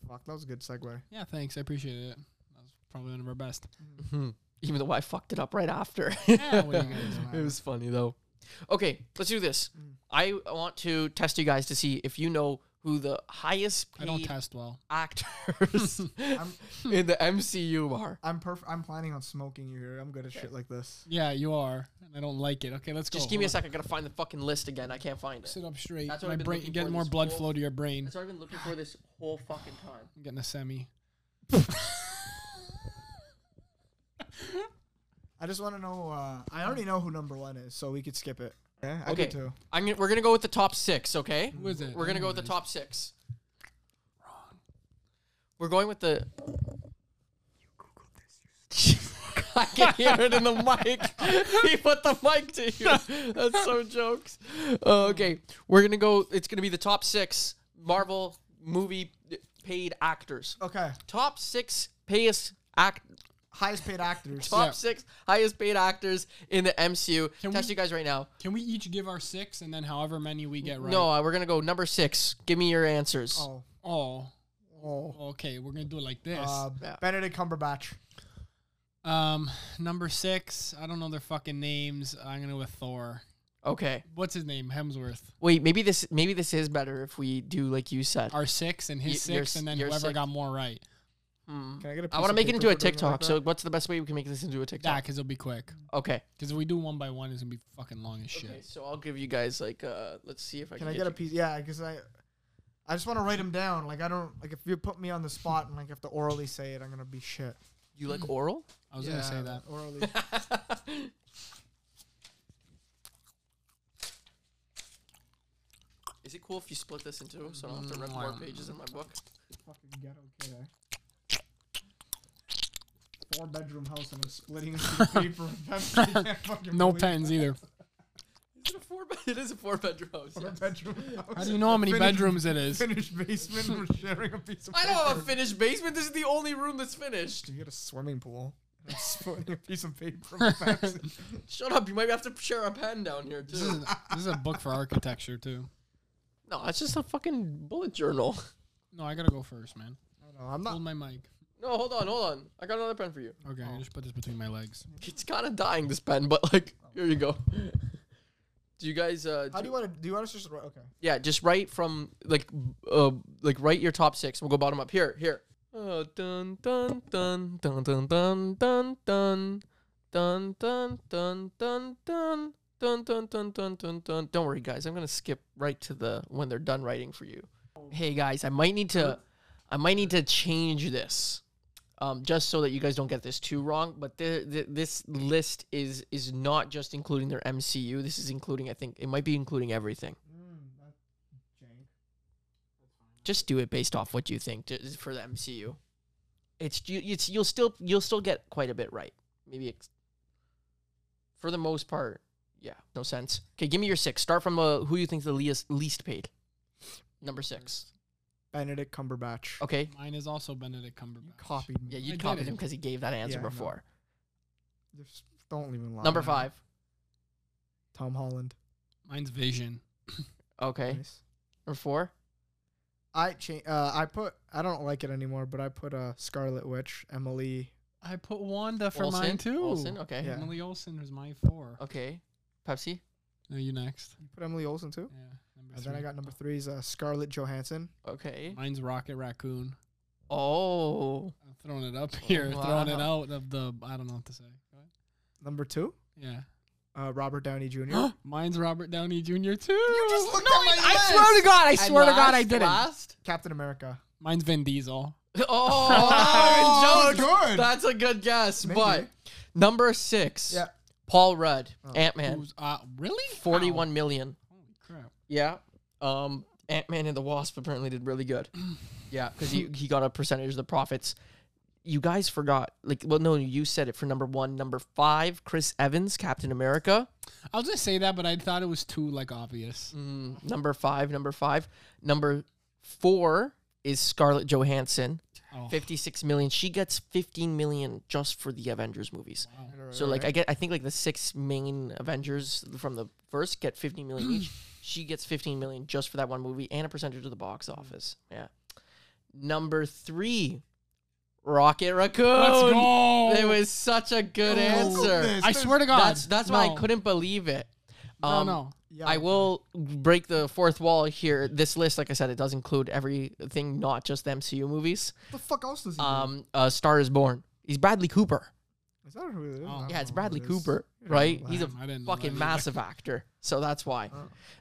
Fuck, that was a good segue. Yeah, thanks. I appreciate it. That was probably one of our best. even though I fucked it up right after. Yeah, what are you guys? Mm. it was funny though. Okay, let's do this. I want to test you guys to see if you know who the highest I don't paid test well. actors I'm, in the MCU are. I'm perf- I'm planning on smoking you here. I'm good at shit like this. Yeah, you are. And I don't like it. Okay, let's go. Just give me a Hold second. I gotta find the fucking list again. I can't find on. it. Sit up straight. That's what My I've been brain, looking get for more this blood whole- flow to your brain. That's what I've been looking for this whole fucking time. I'm getting a semi. I just want to know. Uh, I already know who number one is, so we could skip it. Yeah, I Okay, do too. I'm gonna, we're gonna go with the top six. Okay, Who is it? we're gonna go with the top six. Wrong. We're going with the. I can hear it in the mic. he put the mic to you. That's so jokes. Uh, okay, we're gonna go. It's gonna be the top six Marvel movie paid actors. Okay, Top six payest act. highest paid actors. Top Yeah. six highest paid actors in the MCU. Can Test we- you guys right now. Can we each give our six and then however many we get right? No, uh, we're gonna go number six. Give me your answers. Oh, Oh, oh. okay. We're gonna do it like this. Uh, Yeah. Benedict Cumberbatch. um, number six. I don't know their fucking names. I'm gonna go with Thor. Okay. What's his name? Hemsworth. Wait, maybe this maybe this is better if we do like you said. Our six and his Y- your six, s- and then your whoever six. got more right. Can I get Mm. I a piece want to make it of paper into a for doing it TikTok. like so that? what's the best way we can make this into a Yeah, TikTok? because it'll be quick. Okay. Because if we do one by one, it's gonna be fucking long as shit. Okay. So I'll give you guys like uh let's see if I can I get a piece? Yeah, because I, I just want to write them down. Like I don't like if you put me on the spot and like have to orally say it, I'm gonna be shit. you like oral? I was gonna say that. orally. Is it cool if you split this in two so I don't have to rip Mm, more pages in my book? fucking ghetto kid. Eh? Four bedroom house and I'm splitting into paper and pens. I can't fucking No believe pens either. Is it a four bed? It is a four bedroom house. Four yeah. bedroom house. How do you know how many Finished- bedrooms it is? Finished basement. We're sharing a piece of. I paper. don't have a finished basement. This is the only room that's finished. You get a swimming pool. I'm splitting a piece of paper. and pens. Shut up. You might have to share a pen down here This too. is, this is a book for architecture too. No, it's just a fucking bullet journal. No, I gotta go first, man. I don't know, I'm not. Hold my mic. No, hold on, hold on. I got another pen for you. Okay, I just put this between my legs. It's kind of dying this pen, but like here you go. Do you guys? Uh, How do ju- you want to? Do you want us to just write? Okay. yeah, just write from like uh like write your top six. We'll go bottom up here. Here. Oh, dun dun dun dun dun dun dun dun dun dun dun dun dun. Dun, dun, dun, dun, dun, dun. Don't worry, guys. I'm gonna skip right to the when they're done writing for you. Hey, guys, I might need to, I might need to change this um, just so that you guys don't get this too wrong. But the, the, this list is is not just including their MCU. This is including, I think, it might be including everything. Just do it based off what you think ju- for the MCU. It's you, it's you'll still you'll still get quite a bit right. maybe ex- for the most part, yeah, no sense. Okay, give me your six. Start from uh, who you think's the least least paid. Number six. Benedict Cumberbatch. Oh, Okay. Mine is also Benedict Cumberbatch. Copied me. Yeah, I you did copied it. him because he gave that answer Yeah, I know. before. Just don't even lie. Number man. five. Tom Holland. Mine's Vision. Okay. Nice. Number four. I cha- uh, I put I don't like it anymore, but I put uh, Scarlet Witch, Emily. I put Wanda for Olsen? mine too. Olsen. Okay. Yeah. Emily Olsen was my four. Okay. Pepsi. No, you next. You put Emily Olsen too. Yeah, number And three. then I got number three is uh, Scarlett Johansson. Okay. Mine's Rocket Raccoon. Oh. I'm throwing it up here, throwing it wow. out of the. I don't know what to say. Go ahead. Number two, Yeah. uh, Robert Downey Jr. Mine's Robert Downey Jr. too. looked at my I swear to God. I swear to God. I last- did last? Captain America. Mine's Vin Diesel. Oh, Oh, Aaron Jones. good. That's a good guess. Maybe. But number six. Yeah. Paul Rudd. Ant Man. Who's, uh, really? How? Forty-one million. Holy crap. Yeah. Um, Ant Man and the Wasp apparently did really good. yeah, because he, he got a percentage of the profits. You guys forgot, like, well, no, you said it for number one. Number five, Chris Evans, Captain America. I was gonna say that, but I thought it was too like obvious. Mm, number five, number five. Number four is Scarlett Johansson, Oh. 56 million. She gets 15 million just for the Avengers movies. Oh. So, like, I get, I think, like, the six main Avengers from the first get 15 million each. She gets 15 million just for that one movie and a percentage of the box office. Yeah. Number three, Rocket Raccoon. Let's go. It was such a good answer. I swear to God, That's that's why I no. couldn't believe it. No, Um, no. Yeah, I will break the fourth wall here. This list, like I said, it does include everything, not just the MCU movies. What the fuck else Mm-hmm. does he? do? Um, uh, Star is Born. He's Bradley Cooper. Is that who it is? Oh. I don't Yeah, it's know who Bradley it is. Cooper, You don't right? know He's a him. I didn't know fucking him either. massive actor, so that's why.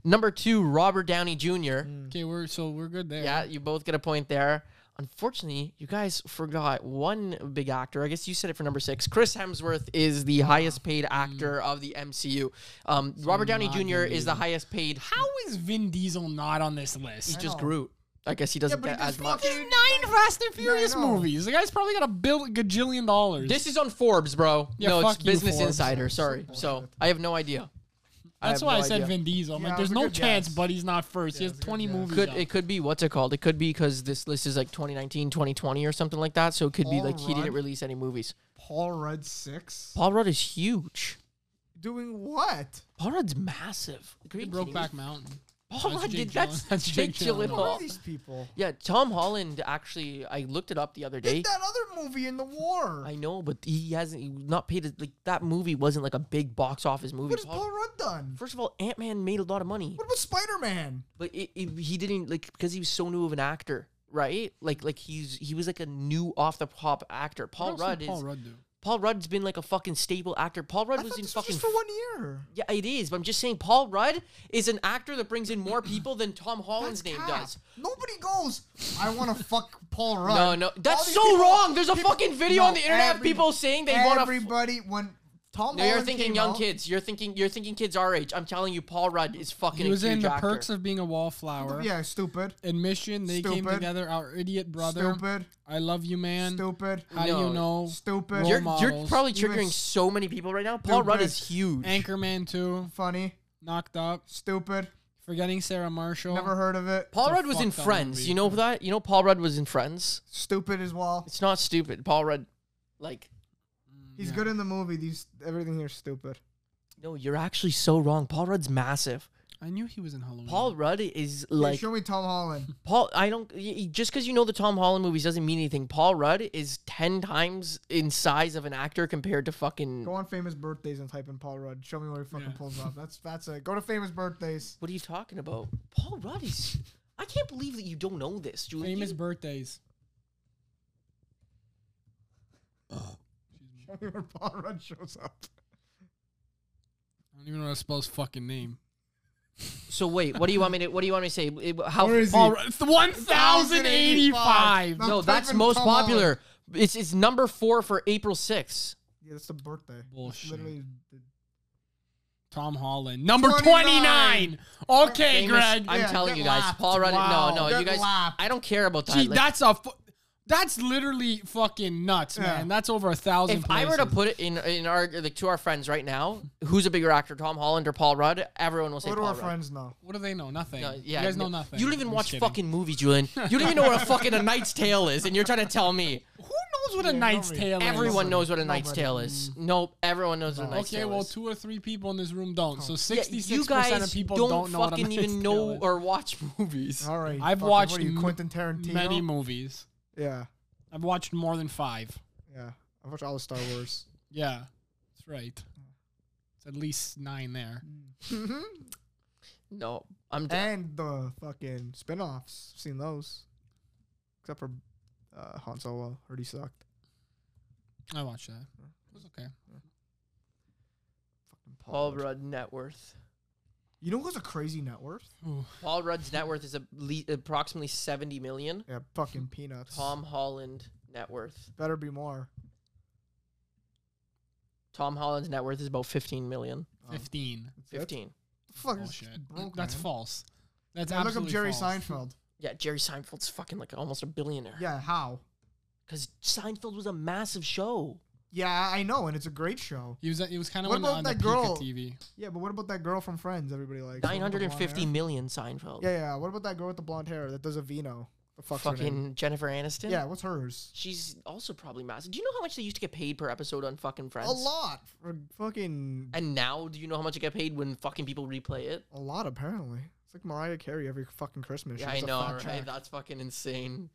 Number two, Robert Downey Jr. Mm. Okay, we're so we're good there. Yeah, you both get a point there. Unfortunately, you guys forgot one big actor. I guess you said it for number six. Chris Hemsworth is Ah. the highest Mm. paid actor of the MCU. Um, Robert Downey not Jr. gonna is the highest paid. How is Vin Diesel not on this He's list? just Groot. I guess he doesn't but he get just as much. fucking- Nine Fast and Furious know. movies. The guy's probably got a bill gajillion dollars. This is on Forbes, bro. Yeah, no, it's fuck you, Business Forbes. Insider. Sorry. So I have no idea. That's have why no I said idea. Vin Diesel. I'm Yeah, like, it there's was a no good chance, guess. but he's not first. he has 20 movies. Could out. it could be what's it called? It could be because this list is like 2019, 2020 or something like that. So it could be Paul like he didn't Rudd? release any movies. Paul Rudd six. Paul Rudd is huge. Doing what? Paul Rudd's massive. Are you He kidding broke me? back mountain. Paul That's Rudd Jake did that's, Gyllenhaal. That's Jake Jake Who are Gyllenhaal. these people? Yeah, Tom Holland actually. I looked it up the other day. Did that other movie in the war. I know, but he hasn't he not paid it- like that movie wasn't like a big box office movie. what has Paul- Paul Rudd done? First of all, Ant Man made a lot of money. What about Spider Man? but it, it, he didn't like because he was so new of an actor right like like he's he was like a new off the pop actor paul What else rudd did is Paul Rudd do? paul rudd's been like a fucking stable actor paul rudd I was thought in this was fucking just for one year. yeah it is but i'm just saying paul rudd is an actor that brings in more people than tom holland's name cap. does Nobody goes. I want to fuck Paul Rudd. no no All that's these so people- wrong there's a people- fucking video No, on the internet of every- people saying they want to Everybody when Tom. no, you're Holland thinking came young out- kids. You're thinking you're thinking kids our age. I'm telling you, Paul Rudd is fucking. He was a huge in The actor. Perks of Being a Wallflower. Yeah, stupid. Admission, they came Stupid. together. Our idiot brother. Stupid. I love you, man. Stupid. How do No. you know? Stupid. Role You're, you're models. probably You triggering ex- so many people right now. Paul Rudd Dude, is huge. Anchorman 2, Funny. Knocked Up, Stupid. Forgetting Sarah Marshall. Never heard of it. Paul It's a Rudd was in fucked up Friends. movie. You know that? You know Paul Rudd was in Friends. Stupid as well. It's not stupid. Paul Rudd, like, He's good in the movie. These everything here's stupid. no, you're actually so wrong. Paul Rudd's massive. I knew he was in Halloween. Paul Rudd is Hey, like show me Tom Holland. Paul. I don't y- y- just because you know the Tom Holland movies doesn't mean anything. Paul Rudd is ten times in size of an actor compared to fucking. Go on famous birthdays and type in Paul Rudd. Show me where he fucking Yeah. pulls up. That's that's it. Go to famous birthdays. What are you talking about? Paul Rudd is. I can't believe that you don't know this, Julie. Famous You- birthdays. Show me where Paul Rudd shows up. I don't even know how to spell his fucking name. so wait, what do you want me to? What do you want me to say? It- How Paul Rudd. 1,085. No. No, Type that's in most Tom Holland. popular. It's it's number four for April sixth. Yeah, that's the birthday. That's Bullshit. Literally, the- Tom Holland. Number 29. 29. Okay, Famous- Greg. I'm Yeah, telling get you guys, lapped. Paul Rudd. Wow. No, no, you Get guys. lapped. I don't care about that. Gee, like, that's a. Fu- That's literally fucking nuts, Yeah. man. That's over a thousand. If I were to places. put it in in our like to our friends right now, who's a bigger actor, Tom Holland or Paul Rudd? Everyone will say What do Paul our Rudd. friends know? what do they know? Nothing. Uh, yeah, you guys know no- nothing. You don't even I'm just watch kidding. fucking movies, Julian. You don't even know what a fucking A Knight's Tale is, and you're trying to tell me Who knows what a Yeah, Knight's nobody- Tale is? everyone knows what a Knight's Nobody. Tale is. Nope, everyone knows what a Knight's Mm. Okay, Tale well, is. two or three people in this room Oh. don't. So Yeah, sixty-six you percent guys of people don't, don't, know what a fucking Knight's even Tale know is. or watch movies. All right. I've fucking, watched what are you, m- Quentin Tarantino. many movies. yeah, I've watched more than five. yeah. I've watched all of Star Wars. Yeah, that's right. It's at least nine there. Mm. No, I'm d- and the fucking spin-offs. I've seen those. Except for uh, Han Solo. Heard he sucked. I watched that. It was okay. Fucking Paul, Paul Rudd. Rudd net worth. You know who's a crazy net worth? Paul Rudd's net worth is a le- approximately 70 million. Yeah, fucking peanuts. Tom Holland net worth. Better be more. Tom Holland's net worth is about 15 million. Oh, Fifteen. that's it? 15. The fuck is Bullshit. broke, Oh, That's man? false. That's Now look up absolutely Jerry false. Seinfeld. Yeah, Jerry Seinfeld's fucking like almost a billionaire. Yeah, how? Because Seinfeld was a massive show. Yeah, I know, and it's a great show. He was. He was kind of What on, the- about on the that peak girl? of TV. Yeah, but what about that girl from Friends? Everybody likes. What about the blonde 950 hair? million Seinfeld. Yeah, yeah. What about that girl with the blonde hair that does a vino? The fuck's her name? fucking Jennifer Aniston. Yeah, what's hers? She's also probably massive. Do you know how much they used to get paid per episode on fucking Friends? A lot for fucking And now, do you know how much they get paid when fucking people replay it? a lot. Apparently, it's like Mariah Carey every fucking Christmas. She yeah, I gets a know, fat right? check. That's fucking insane.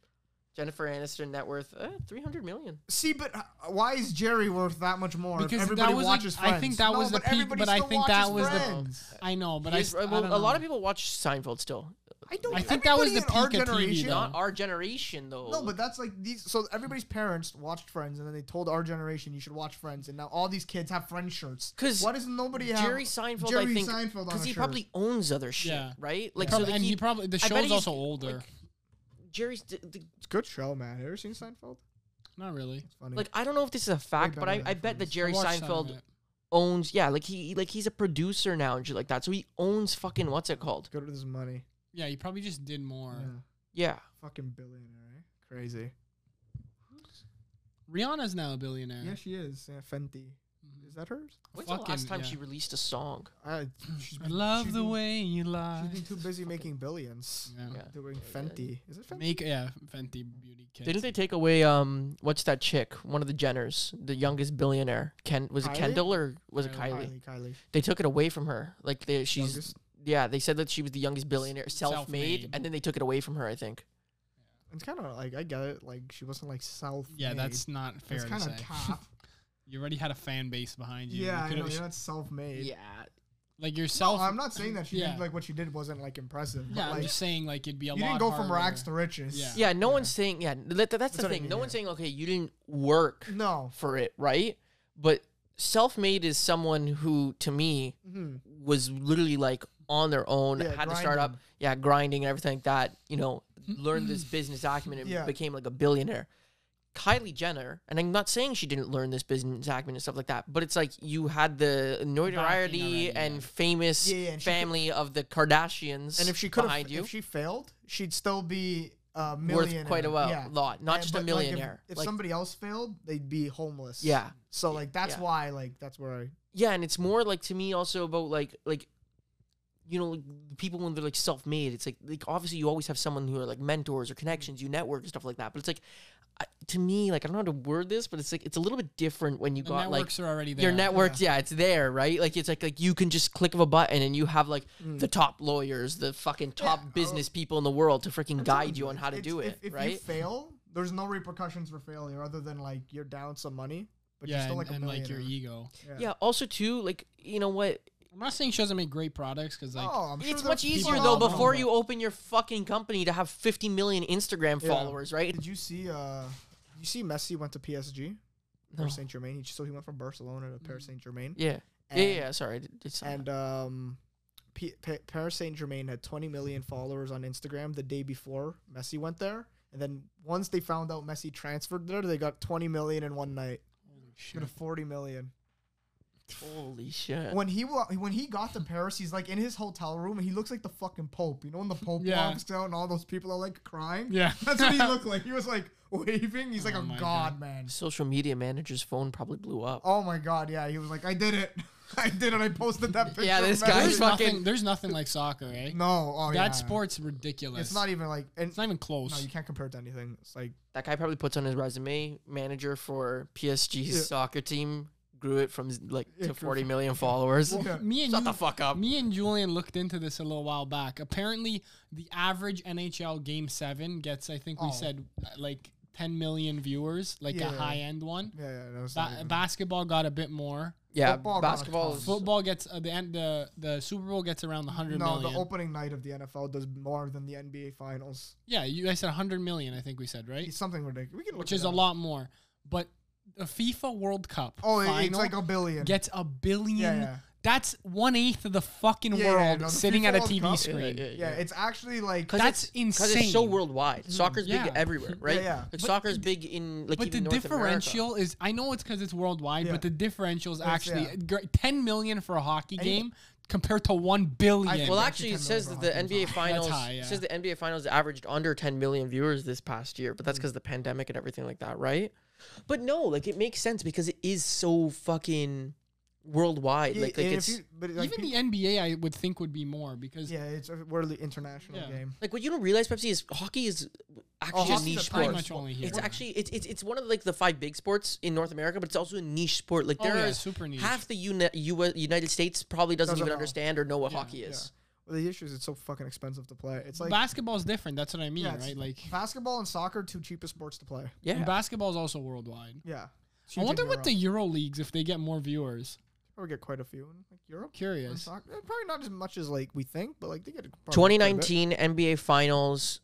Jennifer Aniston net worth uh, 300 million. See, but uh, why is Jerry worth that much more? if Because that everybody was, like- watches I Friends. think that No, was the but peak, everybody but I still think that watches was the- Friends. I know, but He I, is- s- I well, don't a lot know. of people watch Seinfeld still. I don't. I think that was the everybody in peak of our TV, generation. though. Not our generation though. No, but that's like these. So everybody's parents watched Friends, and then they told our generation you should watch Friends, and now all these kids have Friends shirts. 'Cause why does nobody have Jerry Seinfeld, Jerry I think, Seinfeld on a he shirt? probably owns other shit, Yeah. right? Like Prob- so, that and he, he probably the I bet show's he's, also older. like- Jerry's. d d- It's a good show, man. Ever seen Seinfeld? Not really. It's funny. like I don't know if this is a fact, but better I, than I bet that Friends. Jerry I watched some of Seinfeld it. owns yeah, like he like he's a producer now and shit like that. So he owns fucking what's it called? good with his money. Yeah, he probably just did more. Yeah. Yeah. Fucking billionaire, eh? Crazy. Rihanna's now a billionaire. Yeah, she is. Yeah, Fenty. Mm-hmm. Is that hers? When's the last Fucking- time yeah. she released a song? I, she's I been- love she's the been- way you lie. She's been too busy making billions. Yeah. Yeah. Doing Fenty. Is it Fenty? Make yeah, Fenty beauty kit. Didn't they take away um what's that chick? One of the Jenners, the youngest billionaire. Ken was it Kylie? Kendall or was it Kylie. Kylie? Kylie. Kylie. They took it away from her. Like they, she's Youngest. yeah. They said that she was the youngest billionaire, self made, self-made. and then they took it away from her. I think. It's kind of like I get it. Like she wasn't like self. Yeah, that's not fair It's to kind say. of cap. You already had a fan base behind you. You yeah, I could've- know, you're not self-made. Yeah. like yourself. No, I'm not saying that she Yeah. did like what she did wasn't like impressive. but, yeah, I'm like, just saying like it'd be a you lot. didn't go from harder. rags to riches. Yeah. Yeah. No one's saying yeah. that- That's what the I thing. mean, No yeah. Mm-hmm. one's saying okay, you didn't work No. for it, right? But self made is someone who, to me, Mhm. was literally like on their own, Yeah, had to start up, grinding. Mm-hmm. yeah, grinding and everything like that, you know, learned this business acumen and Yeah. became like a billionaire. Kylie Jenner, and I'm not saying she didn't learn this business acumen and stuff like that, but it's like you had the notoriety already, and yeah. famous Yeah, yeah, and she could- family of the Kardashians And if she could behind have, you if she failed, she'd still be a millionaire. worth quite a while, Yeah. lot, not Yeah, just but, a like, if- millionaire. if, Like, somebody else failed, they'd be homeless. Yeah. So like that's Yeah. why like that's where I yeah, and it's more like to me also about like like you know like the people when they're like self made. It's like like obviously you always have someone who are like mentors or connections, you network and stuff like that. But it's like I, to me like I don't know how to word this, but it's like it's a little bit different when you The got like networks are already there. your networks. Yeah. it's there, right? Like it's like like you can just click of a button and you have like Mm. the top lawyers, the fucking top oh. business people in the world to freaking guide you on how to It's- do if, it, If right? you fail, there's no repercussions for failure other than like you're down some money, but Yeah, you're still and, like a and, like e, your millionaire. ego. yeah. Also, too, like you know what? I'm not saying she doesn't make great products because like oh, I'm sure it's that much people easier are though all wrong, before but- you open your fucking company to have 50 million Instagram Yeah. followers, right? Did you see? Uh, you see, Messi went to PSG, No. Mm. Paris Saint Germain. So he went from Barcelona to Paris Saint Germain. Yeah. yeah, yeah, And- yeah, Sorry, I did, did something. And um, P- Pa- Paris Saint Germain had 20 million followers on Instagram the day before Messi went there. And then once they found out Messi transferred there, they got 20 million in one night. holy Go shit. to 40 million. Holy shit. When he wa- when he got to Paris, he's like in his hotel room and he looks like the fucking Pope. You know when the Pope Yeah. walks out and all those people are like crying. Yeah. that's what he looked like. He was like waving. He's like Oh a my god, God. man. Social media manager's phone probably blew up. Oh my god, yeah. He was like, I did it. I did it. I posted that picture. Yeah, of this I Messi." There's guy's- fucking- nothing. There's nothing like soccer, eh? No, oh yeah. that sport's ridiculous. It's not even like. And It's not even close. no, you can't compare it to anything. It's like That guy probably puts on his resume manager for PSG's Yeah. soccer team, grew it from like Yeah, to grew 40 million followers. yeah. me and Shut you, the fuck up. me and Julian looked into this a little while back. Apparently, the average NHL game seven gets, I think we Oh. said, uh, like 10 million viewers, like Yeah. a high end one. yeah, yeah. No, it's not Ba- even- basketball got a bit more. Yeah, Football got a basketball ton. is Football gets uh, the end. The the Super Bowl gets around the hundred no, million. the opening night of the NFL does more than the NBA Finals. yeah, you guys said hundred million. I think we said right, It's something ridiculous. We can look which it is a up. lot more. But a FIFA World Cup Oh, it- it's final like a billion. gets a billion. Yeah, yeah. That's one eighth of the fucking Yeah, yeah, world no, the sitting FIFA at a World TV Cup- Yeah, screen. yeah, it's actually like 'Cause That's it's- 'cause it's so insane. worldwide. Soccer's Yeah. big everywhere, right? yeah. Like soccer's big in like But the even North differential is I know it's because it's worldwide, Yeah. but the differential is It's- actually yeah. gr- ten million for a hockey you- game compared to one billion. America. Well, Yeah, actually, it actually, says 10 that million the for hockey NBA is finals high, it yeah. says the NBA finals averaged under 10 million viewers this past year, but that's because the pandemic and everything like that, right? But no, like it makes sense because it is so fucking worldwide. Yeah, Like, like and if it's you- but like Even peop- the NBA, I would think would be more because yeah, it's a really international Yeah. game. Like what you don't realize, Pepsi is hockey is actually a hockey's niche a sport. tiny much only here. It's actually it's, it's it's one of like the five big sports in North America, but it's also a niche sport. Like Oh, there yeah, is super niche. half the uni- U- United States probably doesn't, Doesn't even know. understand or know what Yeah, hockey is. Well, the issue is it's so fucking expensive to play. It's like basketball's different. That's what I mean, yeah, it's- right? Like basketball and soccer, two cheapest sports to play. Yeah, and basketball's also worldwide. Yeah, I wonder what the Euro leagues if they get more viewers. we get quite a few in like Europe. on Curious. soccer. Eh, Probably not as much as like we think, but like they get probably quite a bit. 2019 NBA Finals.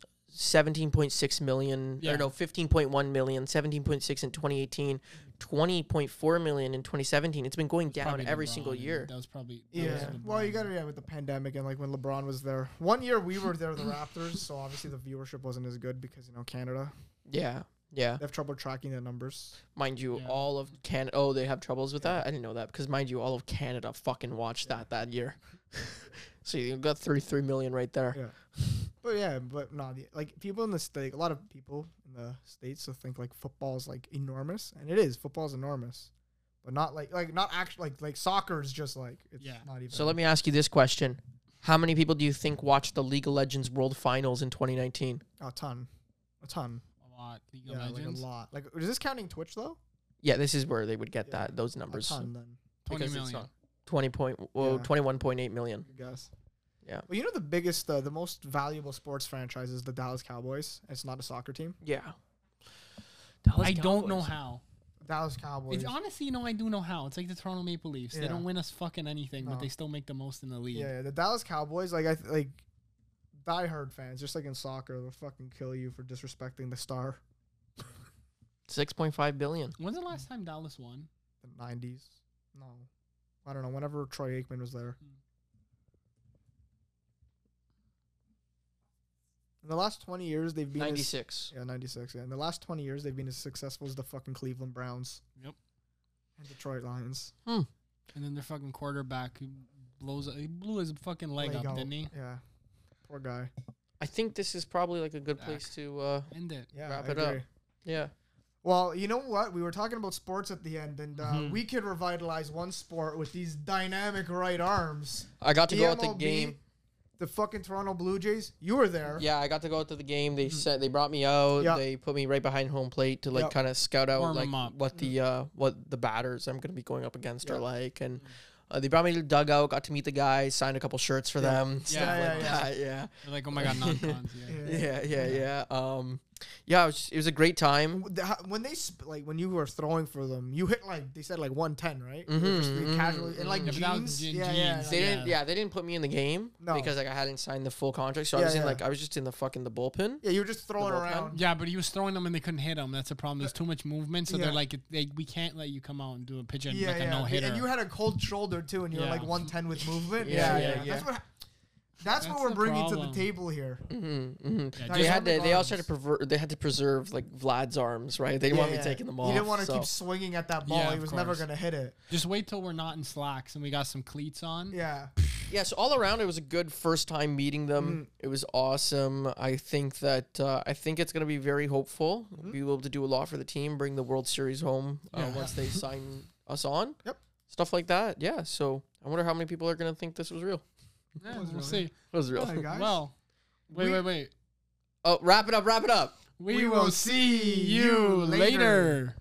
17.6 million, Yeah. or no, 15.1 million, 17.6 in 2018, 20.4 million in 2017. It's been going down Probably every LeBron, single I mean, year. That was probably that was Yeah. LeBron. Well, you got to yeah with the pandemic and like when LeBron was there. One year we were there, the Raptors, so obviously the viewership wasn't as good because you know Canada Yeah, yeah. they have trouble tracking the numbers. Mind you, Yeah. all of Canada. Oh, they have troubles with that. I didn't know that because, mind you, all of Canada fucking watched that that year. so you got thirty three million right there. Yeah. But yeah, but no, the, like people in the state, a lot of people in the states will think like football is like enormous, and it is. Football is enormous, but not like like not actually like like soccer is just like it's Yeah. not even. So let me ask you this question: How many people do you think watched the League of Legends World Finals in twenty nineteen? a ton, a ton, a lot. League yeah, of like Legends. a lot. Like is this counting Twitch though? Yeah, this is where they would get Yeah. that those A numbers. ton then, Twenty because it's million. not- Twenty point whoa, Yeah. twenty one point eight million. I guess. Yeah. Well, you know the biggest, uh, the most valuable sports franchise is the Dallas Cowboys. It's not a soccer team. Yeah. I don't know how. Dallas Cowboys. It's honestly, you know, I do know how. It's like the Toronto Maple Leafs. They Yeah. don't win us fucking anything, but No. they still make the most in the league. Yeah, yeah, the Dallas Cowboys, like I th- like diehard fans, just like in soccer, they'll fucking kill you for disrespecting the star. Six point five billion. When's the last time Dallas won? The nineties, no, I don't know. Whenever Troy Aikman was there, Hmm. in the last twenty years they've been as- Ninety six. yeah, ninety six. Yeah, in the last twenty years they've been as successful as the fucking Cleveland Browns Yep. and Detroit Lions. And then their fucking quarterback who blows, he blew his fucking leg, Leg up, out. didn't he? Yeah, poor guy. I think this is probably like a good Back. place to. uh End it. Yeah, Wrap I it up. agree. Yeah. Well, you know what? We were talking about sports at the end, and uh, Mhm. we could revitalize one sport with these dynamic right arms. I got to go at the TMOB, game. The fucking Toronto Blue Jays. You were there. Yeah, I got to go out to the game. They sent, they brought me out. Mm-hmm. Yeah. They put me right behind home plate to like Yeah. kind of scout out Warm 'em like up. what the uh, what the batters I'm gonna be going up against are Mm-hmm. Yeah. Mm-hmm. like, and uh, they brought me to the dugout. Got to meet the guys, signed a couple shirts for Yeah. them. Yeah, stuff yeah, like yeah. that. Yeah, They're like, oh my god, non cons. Yeah. Yeah. yeah, yeah, yeah. Um, yeah, it was, it was a great time. The- how- When they sp- like when you were throwing for them, you hit like they said like 110, right? You were Mhm, just like, mhm, casually and like mhm. Yeah, but Mm-hmm, that was jeans. in Yeah, jeans. yeah, They yeah. didn't. Yeah. Yeah, they didn't put me in the game No. because like I hadn't signed the full contract, so I Yeah, was in yeah. like I was just in the fucking the bullpen. Yeah, you were just throwing bullpen? around. Yeah, but he was throwing them and they couldn't hit him. That's a problem. There's too much movement, so Yeah. they're like, they, we can't let you come out and do a pitch and Yeah, like a yeah. no hitter. And you had a cold shoulder too, and you were Yeah. like 110 with movement. Yeah, yeah, yeah, yeah, yeah. That's what. That's, That's what we're the bringing problem. to the table here. Yeah, Now, Mm-hmm, They you had saw to. the They also had arms. to preserve. They had to preserve like Vlad's arms, right? They didn't want me taking them off. He didn't want to so. keep swinging at that ball. Yeah, he of was never course. gonna hit it. Just wait till we're not in slacks and we got some cleats on. Yeah. Yeah, so all around, it was a good first time meeting Mm. them. It was awesome. I think that uh, I think it's going to be very hopeful. Mm-hmm. We will be able to do a lot for the team, bring the World Series home uh, once they sign us on. Yep. Stuff like that. Yeah. So I wonder how many people are going to think this was real. Yeah, was we'll really- see. was real. Hi, guys. Well, wait, We- wait, wait. oh, wrap it up. Wrap it up. We, We will will see see you you later. later.